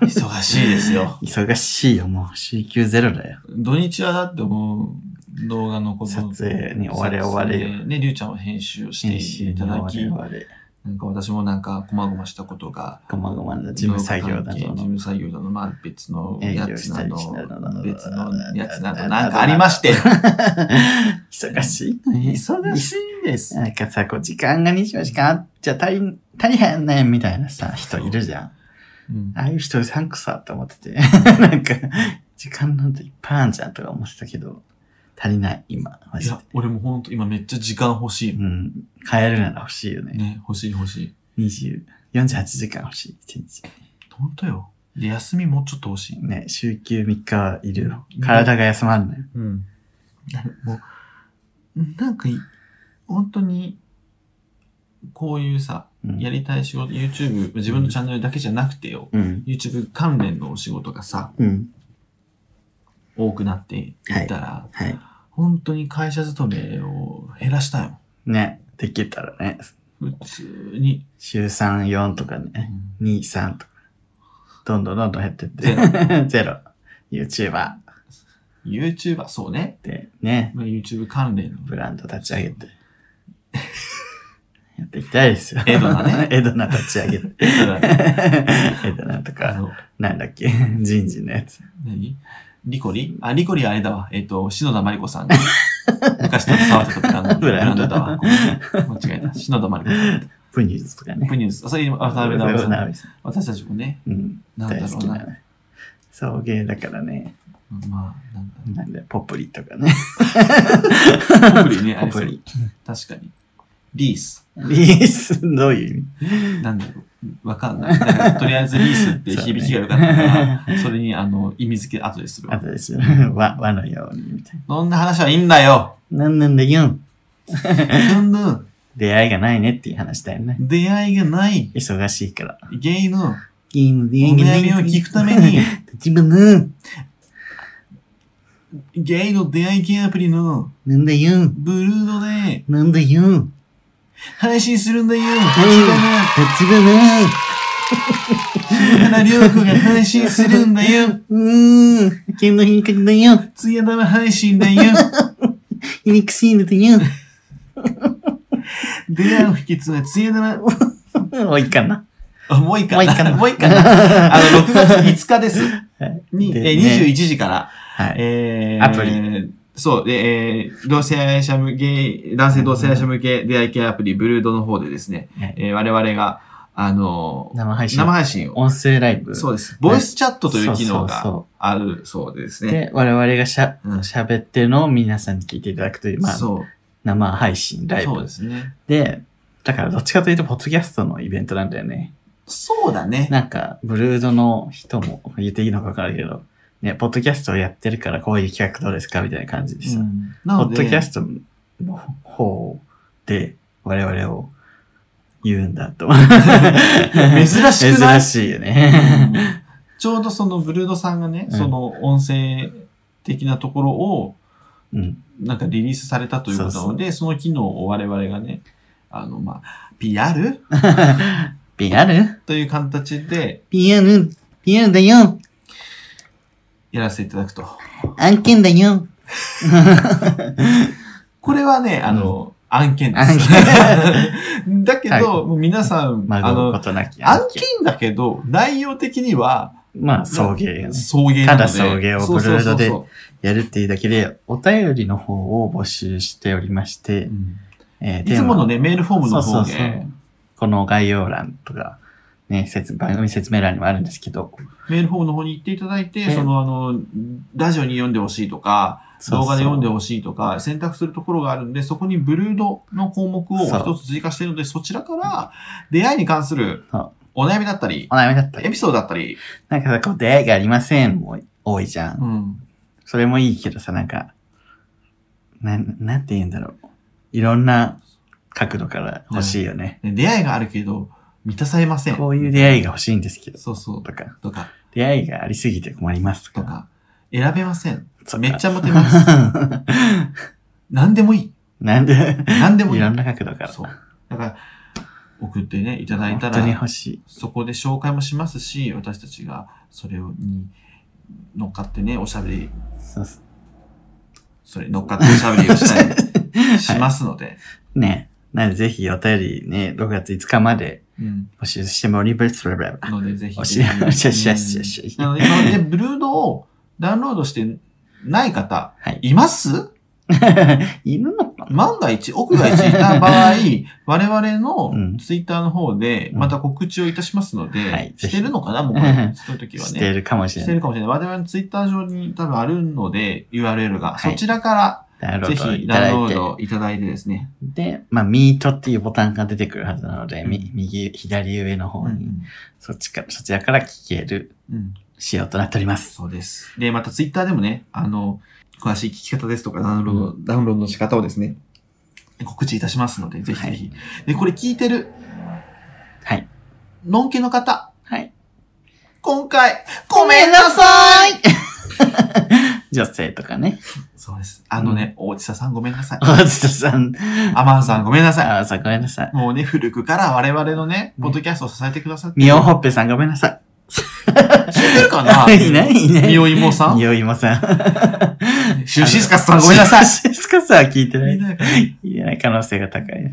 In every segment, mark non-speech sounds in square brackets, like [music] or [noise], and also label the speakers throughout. Speaker 1: 忙しいですよ。
Speaker 2: 忙しいよ、もう CQ0 だよ。
Speaker 1: [laughs] 土日はだってもう動画のこと
Speaker 2: 撮影に追われ追われ
Speaker 1: 撮影ね、りゅうちゃんは編集をしていただき、
Speaker 2: 我々、
Speaker 1: なんか私もなんか、こまごましたことが、
Speaker 2: ごまごまな事務作業だ
Speaker 1: 事
Speaker 2: と。
Speaker 1: 務作業だの、まあ別の
Speaker 2: 営
Speaker 1: や
Speaker 2: 業
Speaker 1: つ
Speaker 2: し
Speaker 1: な
Speaker 2: たり
Speaker 1: ど
Speaker 2: しながら
Speaker 1: 別のやつなど、なんかありまして、
Speaker 2: [laughs] 忙しいね。
Speaker 1: 忙しいです。
Speaker 2: なんかさ、こう時間が24時間あっちゃ大大変ね、みたいなさ、人いるじゃん。
Speaker 1: うん
Speaker 2: ああいう人うさんくさって思ってて、なんか、時間なんていっぱいあんじゃんとか思ってたけど、足りない、今、マ
Speaker 1: い
Speaker 2: ジで
Speaker 1: や。、俺もほんと今めっちゃ時間欲しい。
Speaker 2: うん。変えるなら欲しいよね。
Speaker 1: ね、欲しい欲しい。
Speaker 2: 20、48時間欲しい、一日。
Speaker 1: ほんとよ。で、休みもうちょっと欲しい。
Speaker 2: ね、週休3日はいるよ。体が休まるのよ。
Speaker 1: うん。もう、なんかい、本当に、こういうさ、
Speaker 2: うん
Speaker 1: やりたい仕事、YouTube、自分のチャンネルだけじゃなくてよ、
Speaker 2: うん。
Speaker 1: YouTube 関連のお仕事がさ、
Speaker 2: うん。
Speaker 1: 多くなっていったら、
Speaker 2: はい。
Speaker 1: 本当に会社勤めを減らしたい
Speaker 2: ね、できたらね、
Speaker 1: もん。普通に。
Speaker 2: 週3、4とかね、2、3とか、どんどんどんどん減ってって、 [laughs] ゼロ。YouTuber
Speaker 1: うん YouTuber、そうね。
Speaker 2: でね、
Speaker 1: まあ YouTube 関連の。
Speaker 2: ブランド立ち上げて、 [laughs] やっていきたいですよ。
Speaker 1: エドナね
Speaker 2: [laughs] エドナ立ち上
Speaker 1: [laughs]
Speaker 2: げて。エドナと
Speaker 1: あ
Speaker 2: か、
Speaker 1: の、
Speaker 2: なんだっけ、人事のやつ。
Speaker 1: 何リコリあ、リコリはあれだわ。えっ、と、篠田真理子さんが [laughs] 昔携わってた時のブランドだわ。ごめん間違えた。篠田真理子さん。
Speaker 2: [laughs] プニューズとかね。
Speaker 1: プニュース。それ渡辺直美さん。
Speaker 2: 辺さん
Speaker 1: 私たちもね、
Speaker 2: うん、
Speaker 1: なんだ
Speaker 2: 大
Speaker 1: ろ
Speaker 2: 好
Speaker 1: う
Speaker 2: き
Speaker 1: な。
Speaker 2: な。送迎だからね。
Speaker 1: まあ、なんだろ
Speaker 2: なんで、ポプリとかね。
Speaker 1: う。ポプリね、あ
Speaker 2: ポ
Speaker 1: れそ
Speaker 2: プ
Speaker 1: う
Speaker 2: リ。
Speaker 1: 確かに。リース。
Speaker 2: リース、どういう
Speaker 1: なんだろう。わかんない。だからとりあえずリースって響きが良かった
Speaker 2: [laughs]
Speaker 1: から、それにあの意味付け後でする
Speaker 2: あ
Speaker 1: わ。
Speaker 2: とですよ。 [laughs] 和和のように、みたい
Speaker 1: そんな話はいいんだ
Speaker 2: [laughs]
Speaker 1: よ。
Speaker 2: な。なんなんだよ。
Speaker 1: うんぬ
Speaker 2: 出会いがないねっていう話だよね。
Speaker 1: 出会いがない。
Speaker 2: 忙しいから。
Speaker 1: ゲイの
Speaker 2: ゲーム
Speaker 1: お
Speaker 2: 出会いがない
Speaker 1: 悩みを聞くため
Speaker 2: [laughs]
Speaker 1: に。、
Speaker 2: 自分の、
Speaker 1: ゲイの出会い系アプリの
Speaker 2: なんだよ。
Speaker 1: ブルードで
Speaker 2: なんだよ。
Speaker 1: 配信するんだよ。
Speaker 2: 立花。
Speaker 1: 立花良子が配信するんだよ。
Speaker 2: うーん。剣の変革だよ。
Speaker 1: ツヤ玉配信だよ。
Speaker 2: イニクシールだよ。
Speaker 1: 出会う秘訣はつやだな。
Speaker 2: もういいかな。
Speaker 1: あもういいか
Speaker 2: もういいか
Speaker 1: な。
Speaker 2: な
Speaker 1: もういいかな。あの、6月5日です。
Speaker 2: はい
Speaker 1: に、
Speaker 2: で
Speaker 1: え
Speaker 2: ね
Speaker 1: 21時から、
Speaker 2: はい。
Speaker 1: えー、
Speaker 2: アプリ。
Speaker 1: そう、で、えー、同性愛者向け、男性同性愛者向け出会い系アプリ、ブルードの方でですね、
Speaker 2: はい
Speaker 1: えー我々が、あのー
Speaker 2: 生配信。
Speaker 1: 生配信を、
Speaker 2: 音声ライブ。
Speaker 1: そうです。ボイスチャットという機能
Speaker 2: そうそう
Speaker 1: が
Speaker 2: そ
Speaker 1: あるそうでです
Speaker 2: う
Speaker 1: ね。
Speaker 2: で、我々がしゃ、
Speaker 1: うん
Speaker 2: 喋ってるのを皆さんに聞いていただくという、まあ、
Speaker 1: そう、
Speaker 2: 生配信ライ
Speaker 1: そう
Speaker 2: ブ
Speaker 1: ですね。
Speaker 2: で、だからどっちかというと、ポッドキャストのイベントなんだよね。
Speaker 1: そうだね。
Speaker 2: なんか、ブルードの人も言っていいのかわからんけど、ね、ポッドキャストをやってるからこういう企画どうですかみたいな感じでさ、
Speaker 1: うん
Speaker 2: ポ
Speaker 1: なの
Speaker 2: ッドキャス
Speaker 1: で、
Speaker 2: トの方で我々を言うんだ
Speaker 1: [laughs]
Speaker 2: と。
Speaker 1: 珍しくない
Speaker 2: 珍しいよ
Speaker 1: うん
Speaker 2: ね。
Speaker 1: ちょうどそのブルードさんがね、
Speaker 2: うん
Speaker 1: その音声的なところを、
Speaker 2: うん。
Speaker 1: なんかリリースされたということなので、その機能を我々がね、あの、まあ、PR?
Speaker 2: PR?PR?PR
Speaker 1: という形で
Speaker 2: だよ
Speaker 1: やらせていただくと。
Speaker 2: 案件だよ
Speaker 1: これはね、あの、案件です。 [laughs] だけど、
Speaker 2: は
Speaker 1: もう皆さん、
Speaker 2: ま
Speaker 1: あ
Speaker 2: ごうこ
Speaker 1: の、
Speaker 2: となき
Speaker 1: 案件だけど、内容的には、
Speaker 2: まあ、送迎よね。
Speaker 1: 送迎なので
Speaker 2: ただ送迎をブル
Speaker 1: そう
Speaker 2: ードで
Speaker 1: そうそう
Speaker 2: やるっていうだけで、お便りの方を募集しておりまして
Speaker 1: そう、うん
Speaker 2: えー
Speaker 1: いつもの
Speaker 2: テ
Speaker 1: ね、メールフォー
Speaker 2: ーマ
Speaker 1: ムの
Speaker 2: そ
Speaker 1: 方
Speaker 2: うそうそう
Speaker 1: で、。
Speaker 2: この概要欄とか、ね、説番組説明欄にもあるんですけど、
Speaker 1: メールフォームの方に行っていただいて、
Speaker 2: ね
Speaker 1: その、あの、ラジオに読んでほしいとか、動画で読んでほしいとか、選択するところがあるんで、そこにブルードの項目を
Speaker 2: そう
Speaker 1: 一つ追加しているので、そちらから出会いに関する
Speaker 2: そう
Speaker 1: お悩みだったり、
Speaker 2: お悩みだった
Speaker 1: エ
Speaker 2: り、
Speaker 1: ピソードだったり、
Speaker 2: なんかさ、こう出会いがありませんも多いじゃん。
Speaker 1: ん、
Speaker 2: それもいいけどさ、なんか、なん、なんて言うんだろう。いろんな角度から欲しいよね。
Speaker 1: 出会いがあるけど、満たされません。
Speaker 2: こういう出会いが欲しいんですけど、
Speaker 1: そうそう。
Speaker 2: とか、
Speaker 1: とか、
Speaker 2: 出会いがありすぎて困りますと
Speaker 1: と
Speaker 2: か。
Speaker 1: か、選べません。
Speaker 2: とか
Speaker 1: めっちゃモテ
Speaker 2: [laughs]
Speaker 1: ます。何でもいい。
Speaker 2: なんで、
Speaker 1: 何でもいい
Speaker 2: いろんな角度から。
Speaker 1: そう。だから、送ってね、いただい
Speaker 2: 本
Speaker 1: た
Speaker 2: 当に
Speaker 1: ら、
Speaker 2: 欲しい。
Speaker 1: そこで紹介もしますし、私たちがそれに乗っかってね、おしゃべり、
Speaker 2: そうっす。
Speaker 1: それに乗っかっておしゃべりをしたりします
Speaker 2: [laughs]
Speaker 1: ので、
Speaker 2: ね。なので、ぜひお便りね、6月5日まで
Speaker 1: うん。
Speaker 2: 募集してもリブレスブラブラ。
Speaker 1: ので、ぜひ。
Speaker 2: おしゃおしゃしゃしゃしゃしゃ
Speaker 1: なので、今までブルードをダウンロードしてない方、
Speaker 2: はい
Speaker 1: います
Speaker 2: [laughs] いるのか
Speaker 1: 万が一、奥が一いた場
Speaker 2: [laughs]
Speaker 1: 合、我々
Speaker 2: うん
Speaker 1: のツイッターの方で、
Speaker 2: うん
Speaker 1: また告知をいたしますので、
Speaker 2: はい
Speaker 1: してるのかなもうこ
Speaker 2: [laughs]
Speaker 1: れ、そういう時は
Speaker 2: して
Speaker 1: ね。
Speaker 2: るかもし
Speaker 1: し
Speaker 2: れ
Speaker 1: て
Speaker 2: ない。
Speaker 1: るかもしれない。我々のツイッター上に多分あるので、URL が、
Speaker 2: はい
Speaker 1: そちらか
Speaker 2: ダウン
Speaker 1: ら
Speaker 2: ロ
Speaker 1: ぜ
Speaker 2: ード
Speaker 1: ひ
Speaker 2: い
Speaker 1: ダ
Speaker 2: た
Speaker 1: ウンロー
Speaker 2: だいて。
Speaker 1: ドいただいてですね。
Speaker 2: で、まあ、ミートっていうボタンが出てくるはずなので、
Speaker 1: う
Speaker 2: み右、左上の方
Speaker 1: う
Speaker 2: に、
Speaker 1: ん
Speaker 2: そっちから、そちらから聞ける
Speaker 1: うん、
Speaker 2: 仕様となっております。
Speaker 1: そうです。で、またツイッターでもね、あの、詳しい聞き方ですとか、ダウンロード、ダウンロードの仕方をですね、告知いたしますので、ぜひぜひ。で、これ聞いてる、
Speaker 2: はい。
Speaker 1: のんけの方、
Speaker 2: はい。
Speaker 1: 今回、ごめんなさい
Speaker 2: 女性とかね。 [laughs]
Speaker 1: そうです。あのね、大地さんごめんなさい。
Speaker 2: 大津さん。
Speaker 1: アマンさんごめんなさ
Speaker 2: あ、さんごめんなさい
Speaker 1: い。。もうね、古くから我々のね、ポッドキャストを支えてくださって。
Speaker 2: みおほっぺさんごめんなさ
Speaker 1: 知ってるかな
Speaker 2: い。い [laughs] ないね。
Speaker 1: みおいもさん
Speaker 2: みおいもさん。
Speaker 1: シュシスカスさんごめんなさい。
Speaker 2: シスカスは聞いてな
Speaker 1: みん
Speaker 2: い。
Speaker 1: ながね
Speaker 2: 聞いてない可能性が高い。うん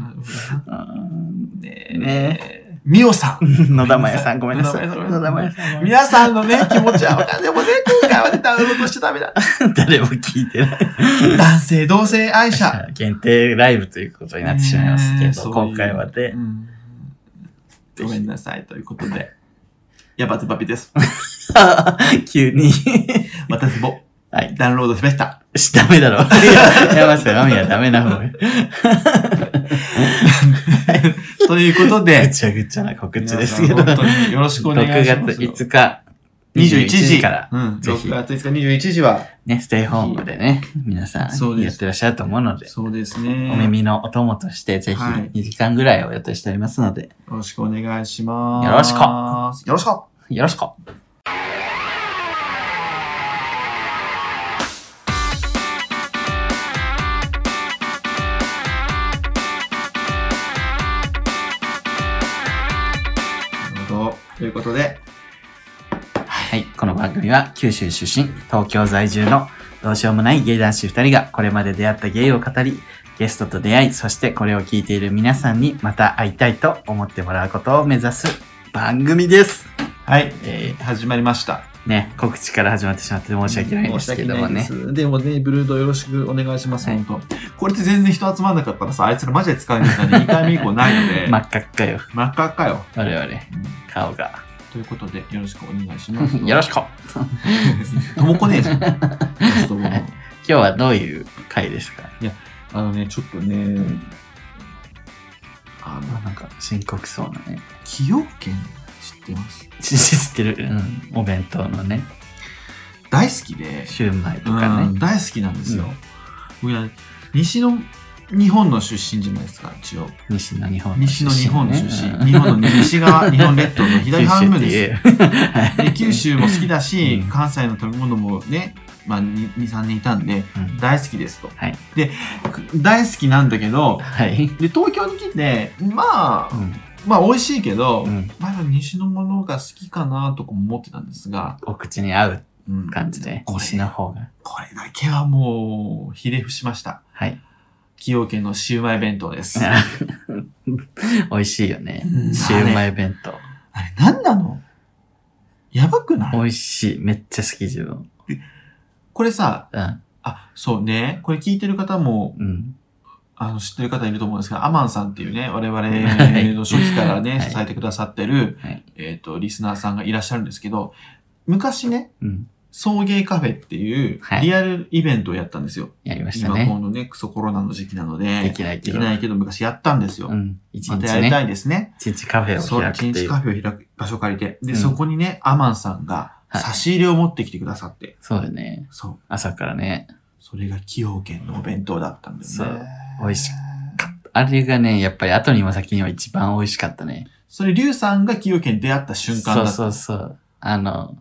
Speaker 1: え
Speaker 2: ね
Speaker 1: みお
Speaker 2: [laughs]
Speaker 1: さん。
Speaker 2: 野田真也さんごめんなさい。
Speaker 1: 野田
Speaker 2: 野田真也さんごめんな
Speaker 1: 皆さんのね、気持ちはわかんない。でもね、今回はね、ダウンロードしちゃダ
Speaker 2: [laughs]
Speaker 1: メだ。
Speaker 2: さい。誰も聞いてない。
Speaker 1: 男性、同性愛者。
Speaker 2: 限定ライブということになってしまいますけ
Speaker 1: ねえ
Speaker 2: ど、
Speaker 1: そういう
Speaker 2: 今回は
Speaker 1: う
Speaker 2: で、
Speaker 1: んごめんなさい、ということで。ヤバズバビ
Speaker 2: [laughs]
Speaker 1: です。
Speaker 2: 急に、
Speaker 1: 私も
Speaker 2: はい、
Speaker 1: ダウンロードしました。
Speaker 2: し、 [laughs] ダメだろ。いや、山下まみはダメな方が。
Speaker 1: ということ
Speaker 2: ぐ [laughs]
Speaker 1: で、
Speaker 2: ちゃぐちゃな告知ですけ
Speaker 1: 皆
Speaker 2: [laughs]
Speaker 1: さ
Speaker 2: ど、
Speaker 1: ん本
Speaker 2: 6
Speaker 1: 当によろしくお願いします。
Speaker 2: 月5日、
Speaker 1: 21
Speaker 2: 21
Speaker 1: 時
Speaker 2: 時から、
Speaker 1: うん、
Speaker 2: ぜひ
Speaker 1: 6月5日21時は、
Speaker 2: ね、ステイホームでね、皆さ
Speaker 1: そうんです
Speaker 2: やってらっしゃると思うので、
Speaker 1: そうですね。
Speaker 2: お耳のお供として、ぜひ
Speaker 1: はい
Speaker 2: 2時間ぐらいを予定しておりますので、
Speaker 1: よろしくお願いします。
Speaker 2: よろしく
Speaker 1: よろしく
Speaker 2: よろしく
Speaker 1: なるほど。ということで、
Speaker 2: はい、この番組は九州出身、東京在住のどうしようもないゲイ男子2人がこれまで出会ったゲイを語り、ゲストと出会い、そしてこれを聞いている皆さんにまた会いたいと思ってもらうことを目指す番組です。
Speaker 1: はい、
Speaker 2: え
Speaker 1: 始まりました。
Speaker 2: ー、ね、告知から始まってしまって申し訳ないんですけどもね
Speaker 1: 申し。訳ないですでもね、ブルードよろしくお願いします、
Speaker 2: はい
Speaker 1: 本当。これって全然人集まんなかったらさ、あいつらマジで使えるんだね。2回目以降ない [laughs]
Speaker 2: [laughs]
Speaker 1: ので、
Speaker 2: 真っ赤っかよ、
Speaker 1: 真っ赤っかよ。
Speaker 2: 我々、
Speaker 1: うん
Speaker 2: 顔が。
Speaker 1: ということで、よろしくお願いします。
Speaker 2: [laughs] よろしく今
Speaker 1: く。ともこねえじゃ
Speaker 2: [laughs]
Speaker 1: ん。ラストボール
Speaker 2: 日はどういう回ですか
Speaker 1: あのね、ちょっとね、あ
Speaker 2: あ
Speaker 1: の、
Speaker 2: なんか深刻そうなね。 [laughs]
Speaker 1: 崎陽軒知ってます
Speaker 2: 知ってる、うん、お弁当のね、
Speaker 1: 大好きで、
Speaker 2: シューマイとか
Speaker 1: うん
Speaker 2: ね。
Speaker 1: 大好きなんですよ。僕は西の日本の出身じゃないですか、一応。
Speaker 2: 西の日本の
Speaker 1: 西の日本の出
Speaker 2: うん
Speaker 1: 身。日本の西
Speaker 2: [laughs]
Speaker 1: 側、日本列島の左半分です。
Speaker 2: 九州って言え
Speaker 1: で九州も好きだし、
Speaker 2: うん
Speaker 1: 関西の食べ物もね、まあ、2、3年いたんで、
Speaker 2: うん
Speaker 1: 大好きですと。
Speaker 2: はい
Speaker 1: で、大好きなんだけど、
Speaker 2: はい。
Speaker 1: で東京に来て、ま
Speaker 2: う
Speaker 1: あ、
Speaker 2: ん
Speaker 1: まあ美味しいけど、
Speaker 2: うん
Speaker 1: まだ西のものが好きかなとか思ってたんですが、
Speaker 2: お口に合う
Speaker 1: うん
Speaker 2: 感じで、
Speaker 1: これ
Speaker 2: 西の方が。
Speaker 1: これだけはもう、ひれ伏しました。
Speaker 2: はい。
Speaker 1: 崎陽軒のシウマイ弁当です。あ
Speaker 2: 美味しいよね
Speaker 1: う。ん
Speaker 2: シューマイ弁当。
Speaker 1: れ、なんなのやばくない
Speaker 2: 美味しい。めっちゃ好き自分。
Speaker 1: これさ、
Speaker 2: うん。
Speaker 1: あ、そうね、これ聞いてる方も、
Speaker 2: うん。
Speaker 1: あの、知ってる方いると思うんですけど、アマンさんっていうね、我々
Speaker 2: はい
Speaker 1: の初期からね、
Speaker 2: はい
Speaker 1: 支えてくださってる、
Speaker 2: はい
Speaker 1: えっ、と、リスナーさんがいらっしゃるんですけど、昔ね、
Speaker 2: うん。
Speaker 1: 送迎カフェっていう
Speaker 2: は、い
Speaker 1: リアルイベントをやったんですよ。
Speaker 2: やりました
Speaker 1: 今
Speaker 2: ね。
Speaker 1: このね、クソコロナの時期なの
Speaker 2: で
Speaker 1: で、
Speaker 2: きない
Speaker 1: で
Speaker 2: け
Speaker 1: き
Speaker 2: ど。
Speaker 1: な
Speaker 2: う
Speaker 1: いけど昔やったんですよ。
Speaker 2: ん。一
Speaker 1: ま
Speaker 2: 日
Speaker 1: たやりた
Speaker 2: ね。
Speaker 1: いですね。
Speaker 2: 一日カフェ
Speaker 1: そ
Speaker 2: を
Speaker 1: う、
Speaker 2: 開く
Speaker 1: 一
Speaker 2: ってい
Speaker 1: 日
Speaker 2: う
Speaker 1: カ。フェを開く、場所借りて。で、
Speaker 2: うん
Speaker 1: そこにね、アマンさんが
Speaker 2: はい
Speaker 1: 差し入れを持ってきてくださって。
Speaker 2: そうよね。
Speaker 1: そう。
Speaker 2: 朝からね。
Speaker 1: それが崎陽軒のお弁当だったんだ
Speaker 2: そ
Speaker 1: よ
Speaker 2: う
Speaker 1: ね。
Speaker 2: 美味しあれがね、やっぱり後にも先にも一番美味しかったね。
Speaker 1: それ、リュウさんが崎陽軒に出会った瞬間だ
Speaker 2: そ
Speaker 1: っ
Speaker 2: う
Speaker 1: た。
Speaker 2: そうそう。あの、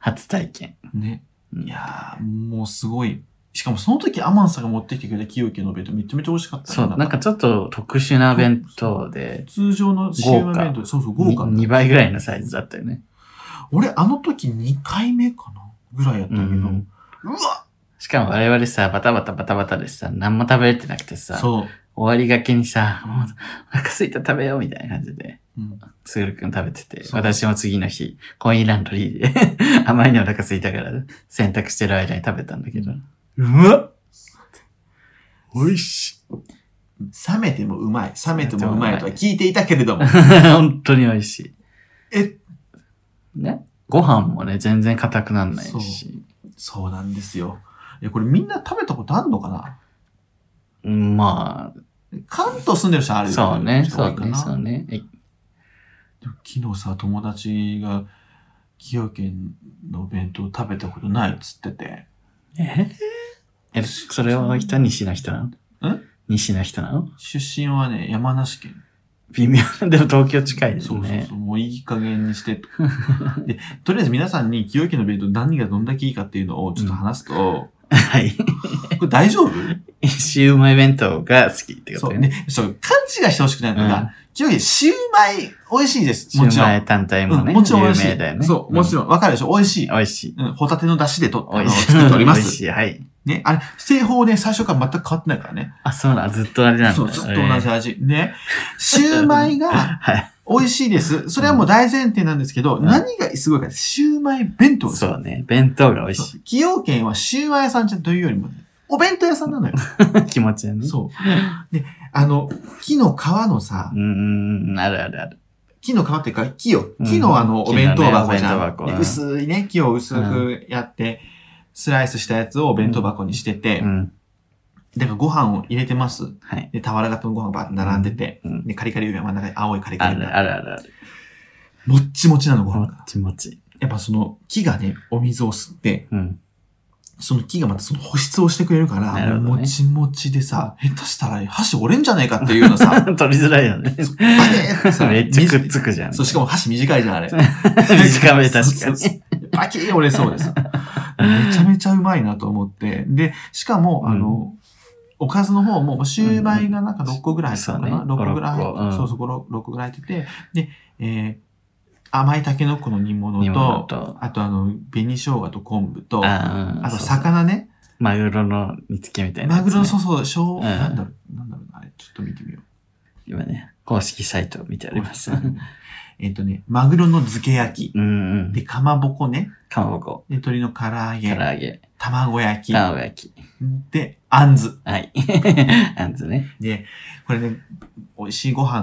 Speaker 2: 初体験。
Speaker 1: ね。
Speaker 2: うん
Speaker 1: いやー、もうすごい、しかもその時アマンさんが持ってきてくれた崎陽軒のお弁当めちゃめちゃ美味しかったね、
Speaker 2: そう、なんかちょっと特殊な弁当で、
Speaker 1: 通常のシウマイ弁当、そうそう、豪華。
Speaker 2: 2倍ぐらいのサイズだったよね。
Speaker 1: 俺、あの時2回目かなぐらいやったけど、う
Speaker 2: うん
Speaker 1: わ
Speaker 2: しかも我々さ、バタバタバタバタでさ、何も食べれてなくてさ、終
Speaker 1: そう。
Speaker 2: わりがけにさ、もうお腹すいた食べようみたいな感じで、
Speaker 1: うん
Speaker 2: つぐるくん食べてて、
Speaker 1: そう
Speaker 2: 私も次の日、コインランドリーで、あまりにお腹すいたから、洗濯してる間に食べたんだけど、うまっ
Speaker 1: 美味しい。冷めてもうまい。冷めてもうまいとは聞いていたけれ
Speaker 2: [laughs]
Speaker 1: ども。
Speaker 2: 本当に美味しい。
Speaker 1: え
Speaker 2: ねご飯もね、全然硬くなんないし。
Speaker 1: そうなんですよ。いや、これみんな食べたことあるのかな
Speaker 2: うんま
Speaker 1: 関東住んでる人はあ
Speaker 2: あ、
Speaker 1: る
Speaker 2: そうね、
Speaker 1: 人
Speaker 2: そ
Speaker 1: 多いうか
Speaker 2: ね、
Speaker 1: な
Speaker 2: そうね。え
Speaker 1: でも昨日さ、友達が、崎陽軒のお弁当食べたことないっつってて。
Speaker 2: ええ、それは北西の人なの
Speaker 1: ん
Speaker 2: 西の人なの
Speaker 1: 出身はね、山梨県。
Speaker 2: 微妙な、でも東京近いです
Speaker 1: そうそう
Speaker 2: ね
Speaker 1: そ。う、もういい加減にしてと。で、とりあえず皆さんに崎陽軒の弁当何がどんだけいいかっていうのをちょっと話すと、
Speaker 2: はい。 [laughs]
Speaker 1: これ大丈夫
Speaker 2: シウマイ弁当が好きってこ
Speaker 1: そ
Speaker 2: と
Speaker 1: う
Speaker 2: よね。
Speaker 1: ね。そう、勘違いしてほしくないの
Speaker 2: うん
Speaker 1: が、崎陽軒、シューマイ美味しいです。
Speaker 2: シウ
Speaker 1: もちろ
Speaker 2: マ
Speaker 1: ん。
Speaker 2: イ単体もね、
Speaker 1: うんもちろん美味し
Speaker 2: 有名だよ
Speaker 1: い。
Speaker 2: ね。
Speaker 1: そう、もち
Speaker 2: ろん。
Speaker 1: ろん。わかるでしょ美味しい。
Speaker 2: 美味しい。
Speaker 1: うん、ホタテの出汁でと、
Speaker 2: 美
Speaker 1: あの
Speaker 2: 味しい。
Speaker 1: 作っておりま
Speaker 2: 美味
Speaker 1: す。
Speaker 2: しい。はい。
Speaker 1: ね。あれ、製法ね、最初から全く変わってないからね。
Speaker 2: あ、そうなんずっとあれなんだ。
Speaker 1: そう、ずっと同じ味。ね。シューマイが
Speaker 2: はい。
Speaker 1: 美味しいです。それはもう大前提なんですけど、
Speaker 2: うん
Speaker 1: 何がすごいかって、シューマイ弁当です
Speaker 2: そうね。弁当が美味し
Speaker 1: そう崎陽軒はシューマイ屋さんじゃというよりもね、お弁当屋さんなのよ。
Speaker 2: い。気持ちだね。
Speaker 1: そう。で、あの、木の皮のさ
Speaker 2: う、んうんうん、あるあるある。
Speaker 1: 木の皮っていうか、木を、
Speaker 2: うん
Speaker 1: 木のあの、お弁当箱じ
Speaker 2: 木のねお弁当
Speaker 1: ゃん。
Speaker 2: 箱
Speaker 1: で
Speaker 2: うん
Speaker 1: 薄いね、木を薄くやって、スライスしたやつをお弁当箱にしてて
Speaker 2: う、ん。
Speaker 1: だからご飯を入れてます。
Speaker 2: はい。
Speaker 1: で、俵型のご飯バーって並んでて、
Speaker 2: うん。
Speaker 1: で、カリカリ梅真ん中に青いカリカ
Speaker 2: あ
Speaker 1: リ
Speaker 2: る
Speaker 1: 梅。
Speaker 2: あるあるある。
Speaker 1: もっちもちなのご
Speaker 2: も
Speaker 1: 飯
Speaker 2: っ
Speaker 1: が。
Speaker 2: ちもち。
Speaker 1: やっぱその木がね、お水を吸って、
Speaker 2: うん。 [laughs]
Speaker 1: その木がまたその保湿をしてくれるから、
Speaker 2: なるほどね
Speaker 1: もうもちもちでさ、下手したら箸折れんじゃないかっていうよう
Speaker 2: [laughs]
Speaker 1: なさ、
Speaker 2: 取りづらいよね。
Speaker 1: [laughs] そうバキーってさ
Speaker 2: めっちゃくっつくじゃん。
Speaker 1: そう、しかも箸短いじゃん、あれ。 [laughs]
Speaker 2: 短め確か
Speaker 1: そう
Speaker 2: に
Speaker 1: そう。バキーン折れそうです。めちゃめちゃうまいなと思って。で、しかも、
Speaker 2: うん
Speaker 1: あの、おかずの方も、シューマイがなんか6個ぐらい入ってたのか
Speaker 2: そ
Speaker 1: な、
Speaker 2: うね
Speaker 1: 六 ?6 個ぐらい入っ
Speaker 2: 五六個うん
Speaker 1: そうそう、5 6個ぐらい入ってて、で、えー甘いタケノコの煮物と、
Speaker 2: 煮物と、
Speaker 1: あとあの、紅生姜と昆布と、あ
Speaker 2: あうん
Speaker 1: と
Speaker 2: そう
Speaker 1: 魚ね。
Speaker 2: マグロの煮付けみたいな
Speaker 1: マ
Speaker 2: やつね。
Speaker 1: グロのそうそう、しょう、
Speaker 2: うん
Speaker 1: なんだろう、なんだろうな、あれ、ちょっと見てみよう。
Speaker 2: 今ね、公式サイトを見てあります。うん
Speaker 1: [laughs] えっとね、マグロの漬け焼き。
Speaker 2: うん。
Speaker 1: で、かまぼこね。
Speaker 2: かまぼこ、
Speaker 1: で、鶏の唐揚
Speaker 2: 唐
Speaker 1: げ。
Speaker 2: 揚げ、
Speaker 1: 卵焼き。
Speaker 2: 卵焼き。
Speaker 1: で、あんず。
Speaker 2: はい。 [laughs] あんずね。
Speaker 1: で、これね、美味しいご飯。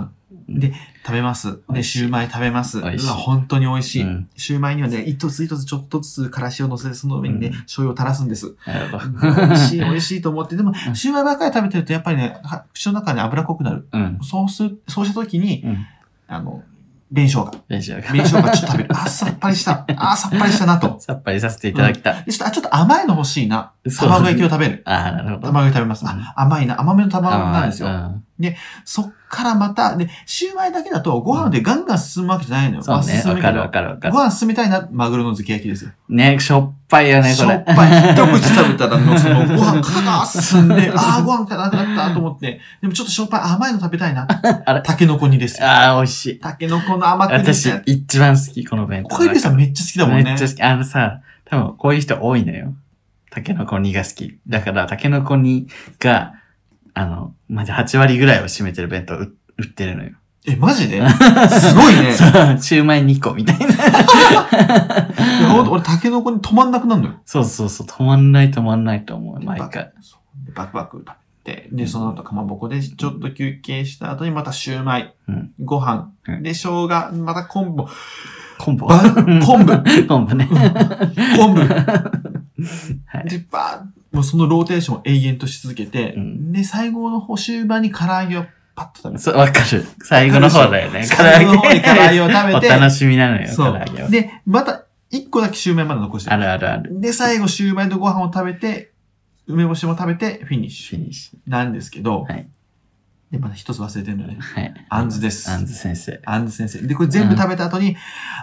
Speaker 2: うん
Speaker 1: で、食べます。
Speaker 2: 美
Speaker 1: で、
Speaker 2: 味しい
Speaker 1: シューマイ食べます。う
Speaker 2: 美
Speaker 1: わ
Speaker 2: 味しい、
Speaker 1: 本当に美味しい。
Speaker 2: うん
Speaker 1: シューマイにはね、一つ一つちょっとずつからしを乗せて、その上にね、
Speaker 2: うん
Speaker 1: 醤油を垂らすん
Speaker 2: [laughs]
Speaker 1: です。
Speaker 2: なるほ
Speaker 1: 美味しい、美
Speaker 2: ど。
Speaker 1: 味しいと思って。でも
Speaker 2: う、ん
Speaker 1: シューマイばっかり食べてると、やっぱりね、は口の中で脂っこくなる。
Speaker 2: [laughs] うん。
Speaker 1: そうする、そうした時に、
Speaker 2: うん。
Speaker 1: あの、紅生姜。
Speaker 2: 大丈夫
Speaker 1: 紅生姜ちょっと食べ
Speaker 2: [laughs]
Speaker 1: る。あ、さっぱりした。あ、さっぱりしたなと。
Speaker 2: さっぱりさせていただきた。
Speaker 1: でちょっと、あ、ちょっと甘いの欲しいな。
Speaker 2: そう
Speaker 1: 卵焼きを食べる。
Speaker 2: ああ、なるほど。
Speaker 1: 卵焼き食べます。
Speaker 2: うん
Speaker 1: あ、甘いな。甘めの卵
Speaker 2: あ
Speaker 1: なんですよ。そっからまた、で、シューマイだけだとご飯でガンガン進むわけじゃないの
Speaker 2: うん
Speaker 1: よ。
Speaker 2: そうね。
Speaker 1: まあ
Speaker 2: わ
Speaker 1: 進むけ
Speaker 2: かるわかるわ
Speaker 1: ど
Speaker 2: か
Speaker 1: ご
Speaker 2: る。
Speaker 1: 飯進みたいな、マグロの漬け焼きですよ。
Speaker 2: ね、しょっぱいよね、
Speaker 1: し
Speaker 2: こ
Speaker 1: ょ
Speaker 2: れ。
Speaker 1: っぱい。一口食べたら、もうその、ご飯かが進ん
Speaker 2: [laughs]
Speaker 1: で、ああ、ご飯かなくなったと思って、でもちょっとしょっぱい、甘いの食べたいな。
Speaker 2: [laughs] あれ
Speaker 1: タケノコ煮ですよ。
Speaker 2: ああ、美味しい。
Speaker 1: タケノコの甘く煮
Speaker 2: 私、一番好き、この弁当。
Speaker 1: 小指さんめっちゃ好きだもん
Speaker 2: め
Speaker 1: ね
Speaker 2: っち。ゃ好き。あのさ、多分こういう人多いのよ。タケノコ煮が好き。だから、タケノコ煮が、あの、まじ8割ぐらいを占めてる弁当う売ってるのよ。 [laughs]
Speaker 1: え、マジですごいね。
Speaker 2: そうシューマイ2個みたい
Speaker 1: いやほんと
Speaker 2: な。
Speaker 1: 俺、タケノコに止まんなくなるのよ。
Speaker 2: そうそうそう、止まんない止まんないと思う、毎回。
Speaker 1: そうでバクバク食べて、で、その後かまぼこでちょっと休憩した後にまたシューマイ、
Speaker 2: うん
Speaker 1: ご飯、
Speaker 2: うん
Speaker 1: で、生姜、また昆布、
Speaker 2: コンボ。 [laughs]
Speaker 1: ば昆布、
Speaker 2: 昆布ね。 [laughs]
Speaker 1: 昆布、
Speaker 2: はい
Speaker 1: で、ばーもうそのローテーションを永遠とし続けて、
Speaker 2: うん
Speaker 1: で、最後の方、終盤に唐揚げをパッと食べて、
Speaker 2: そう、わかる。最後の方だよね。唐
Speaker 1: 最後の方に唐揚げを食
Speaker 2: お
Speaker 1: べて、
Speaker 2: 楽しみなのよ、唐
Speaker 1: そ
Speaker 2: 揚げ
Speaker 1: う。
Speaker 2: は。
Speaker 1: で、また、一個だけシューマイまだ残して
Speaker 2: あ
Speaker 1: る。
Speaker 2: るあるある。
Speaker 1: で、最後、シューマイとご飯を食べて、梅干しも食べて、フィニッ
Speaker 2: フ
Speaker 1: シ
Speaker 2: ィ
Speaker 1: ュ
Speaker 2: ニッシ
Speaker 1: なんですけど、
Speaker 2: はい
Speaker 1: で、また一つ忘れてるのね
Speaker 2: ュ。。はい。
Speaker 1: あんずです。
Speaker 2: あんず先生。
Speaker 1: あんず先生。で、これ全部食べた後に、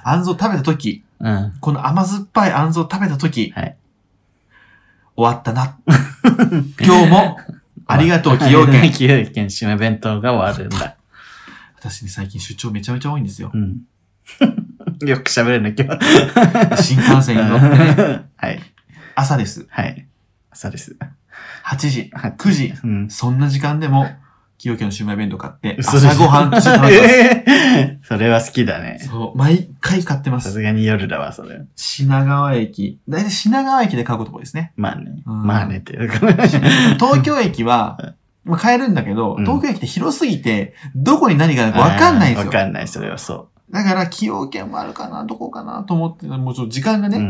Speaker 1: あんずを食べた時
Speaker 2: うん。
Speaker 1: この甘酸っぱいあんずを食べた時
Speaker 2: はい
Speaker 1: 終わった
Speaker 2: [laughs]
Speaker 1: な。今日も、ありがとう、崎陽軒。
Speaker 2: [laughs] 崎陽軒締め弁当が終わるんだ。
Speaker 1: 私ね、最近出張めちゃめちゃ多いんですよ
Speaker 2: う。ん。 [laughs] よく喋るんだけど。
Speaker 1: 新幹線に乗ってね、
Speaker 2: [laughs] はい。
Speaker 1: 朝です。
Speaker 2: はい。朝です。
Speaker 1: 8時、
Speaker 2: はい
Speaker 1: 9時。
Speaker 2: うん。
Speaker 1: そんな時間でも、崎陽軒のシウマイ弁当買って、
Speaker 2: 嘘でしょ
Speaker 1: 朝ごはんとして食べて
Speaker 2: ええ [laughs] それは好きだね
Speaker 1: ま。
Speaker 2: [laughs]
Speaker 1: す。そう、毎回買ってま
Speaker 2: さ
Speaker 1: す。
Speaker 2: すがに夜だわ、それ。
Speaker 1: 品川駅。だいたい品川駅で買うことこですね。
Speaker 2: まあね。
Speaker 1: うん
Speaker 2: まあねっていうか。
Speaker 1: 東京駅は、まあ、買えるんだけど、
Speaker 2: うん
Speaker 1: 東京駅って広すぎて、どこに何があるか [laughs] わかんないんです
Speaker 2: [laughs] わ
Speaker 1: よ。
Speaker 2: かんない、それはそ
Speaker 1: だから、崎陽軒もあるかな、どこかなと思って、もうちょっと時間が
Speaker 2: う。うんう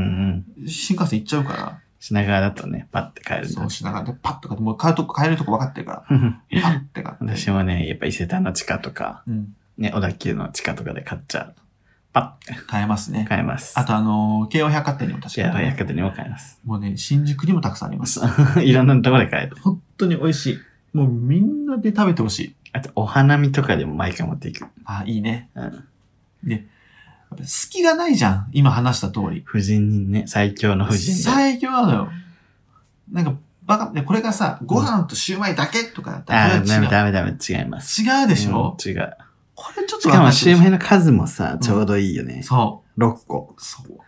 Speaker 1: ね、
Speaker 2: ん。
Speaker 1: 新幹線行っちゃうから、
Speaker 2: 品川だとね、パッて帰るん
Speaker 1: そ
Speaker 2: だ
Speaker 1: う。しながら、でパッとかって、もう買うとこ、買えるとこ分かってるから、パッて買って。
Speaker 2: [laughs] 私もね、やっぱ伊勢丹の地下とか、
Speaker 1: うん。
Speaker 2: ね、小田急の地下とかで買っちゃう。パッて
Speaker 1: 買えますね。
Speaker 2: 買えます。
Speaker 1: あと、あのー、京王百貨店にも確
Speaker 2: い
Speaker 1: か
Speaker 2: や、
Speaker 1: に、
Speaker 2: 百貨店にも買えます。 [laughs]
Speaker 1: もうね、新宿にもたくさんあります。
Speaker 2: そういろんなところで買える。
Speaker 1: 本当に美味しい。もうみんなで食べてほしい。
Speaker 2: あと、お花見とかでも毎回持っていく。
Speaker 1: あ、いいね。
Speaker 2: うん。
Speaker 1: やっぱ隙がないじゃん。今話した通り。
Speaker 2: 夫人にね、最強の夫人で。
Speaker 1: 最強なのよ。なんか、バカ、ね、これがさ、ご飯とシューマイだけとかだったら、
Speaker 2: ああ、
Speaker 1: これ
Speaker 2: ダ
Speaker 1: は違
Speaker 2: メ
Speaker 1: う。
Speaker 2: ダメダメ、違います。
Speaker 1: 違うでしょ、
Speaker 2: うん違う。
Speaker 1: これちょっと
Speaker 2: しかも、
Speaker 1: 分
Speaker 2: シュ
Speaker 1: か
Speaker 2: ー
Speaker 1: って
Speaker 2: マイの数もさ
Speaker 1: ん、
Speaker 2: ちょうどいいよね
Speaker 1: ほしい。そ
Speaker 2: 6個。
Speaker 1: う。そう。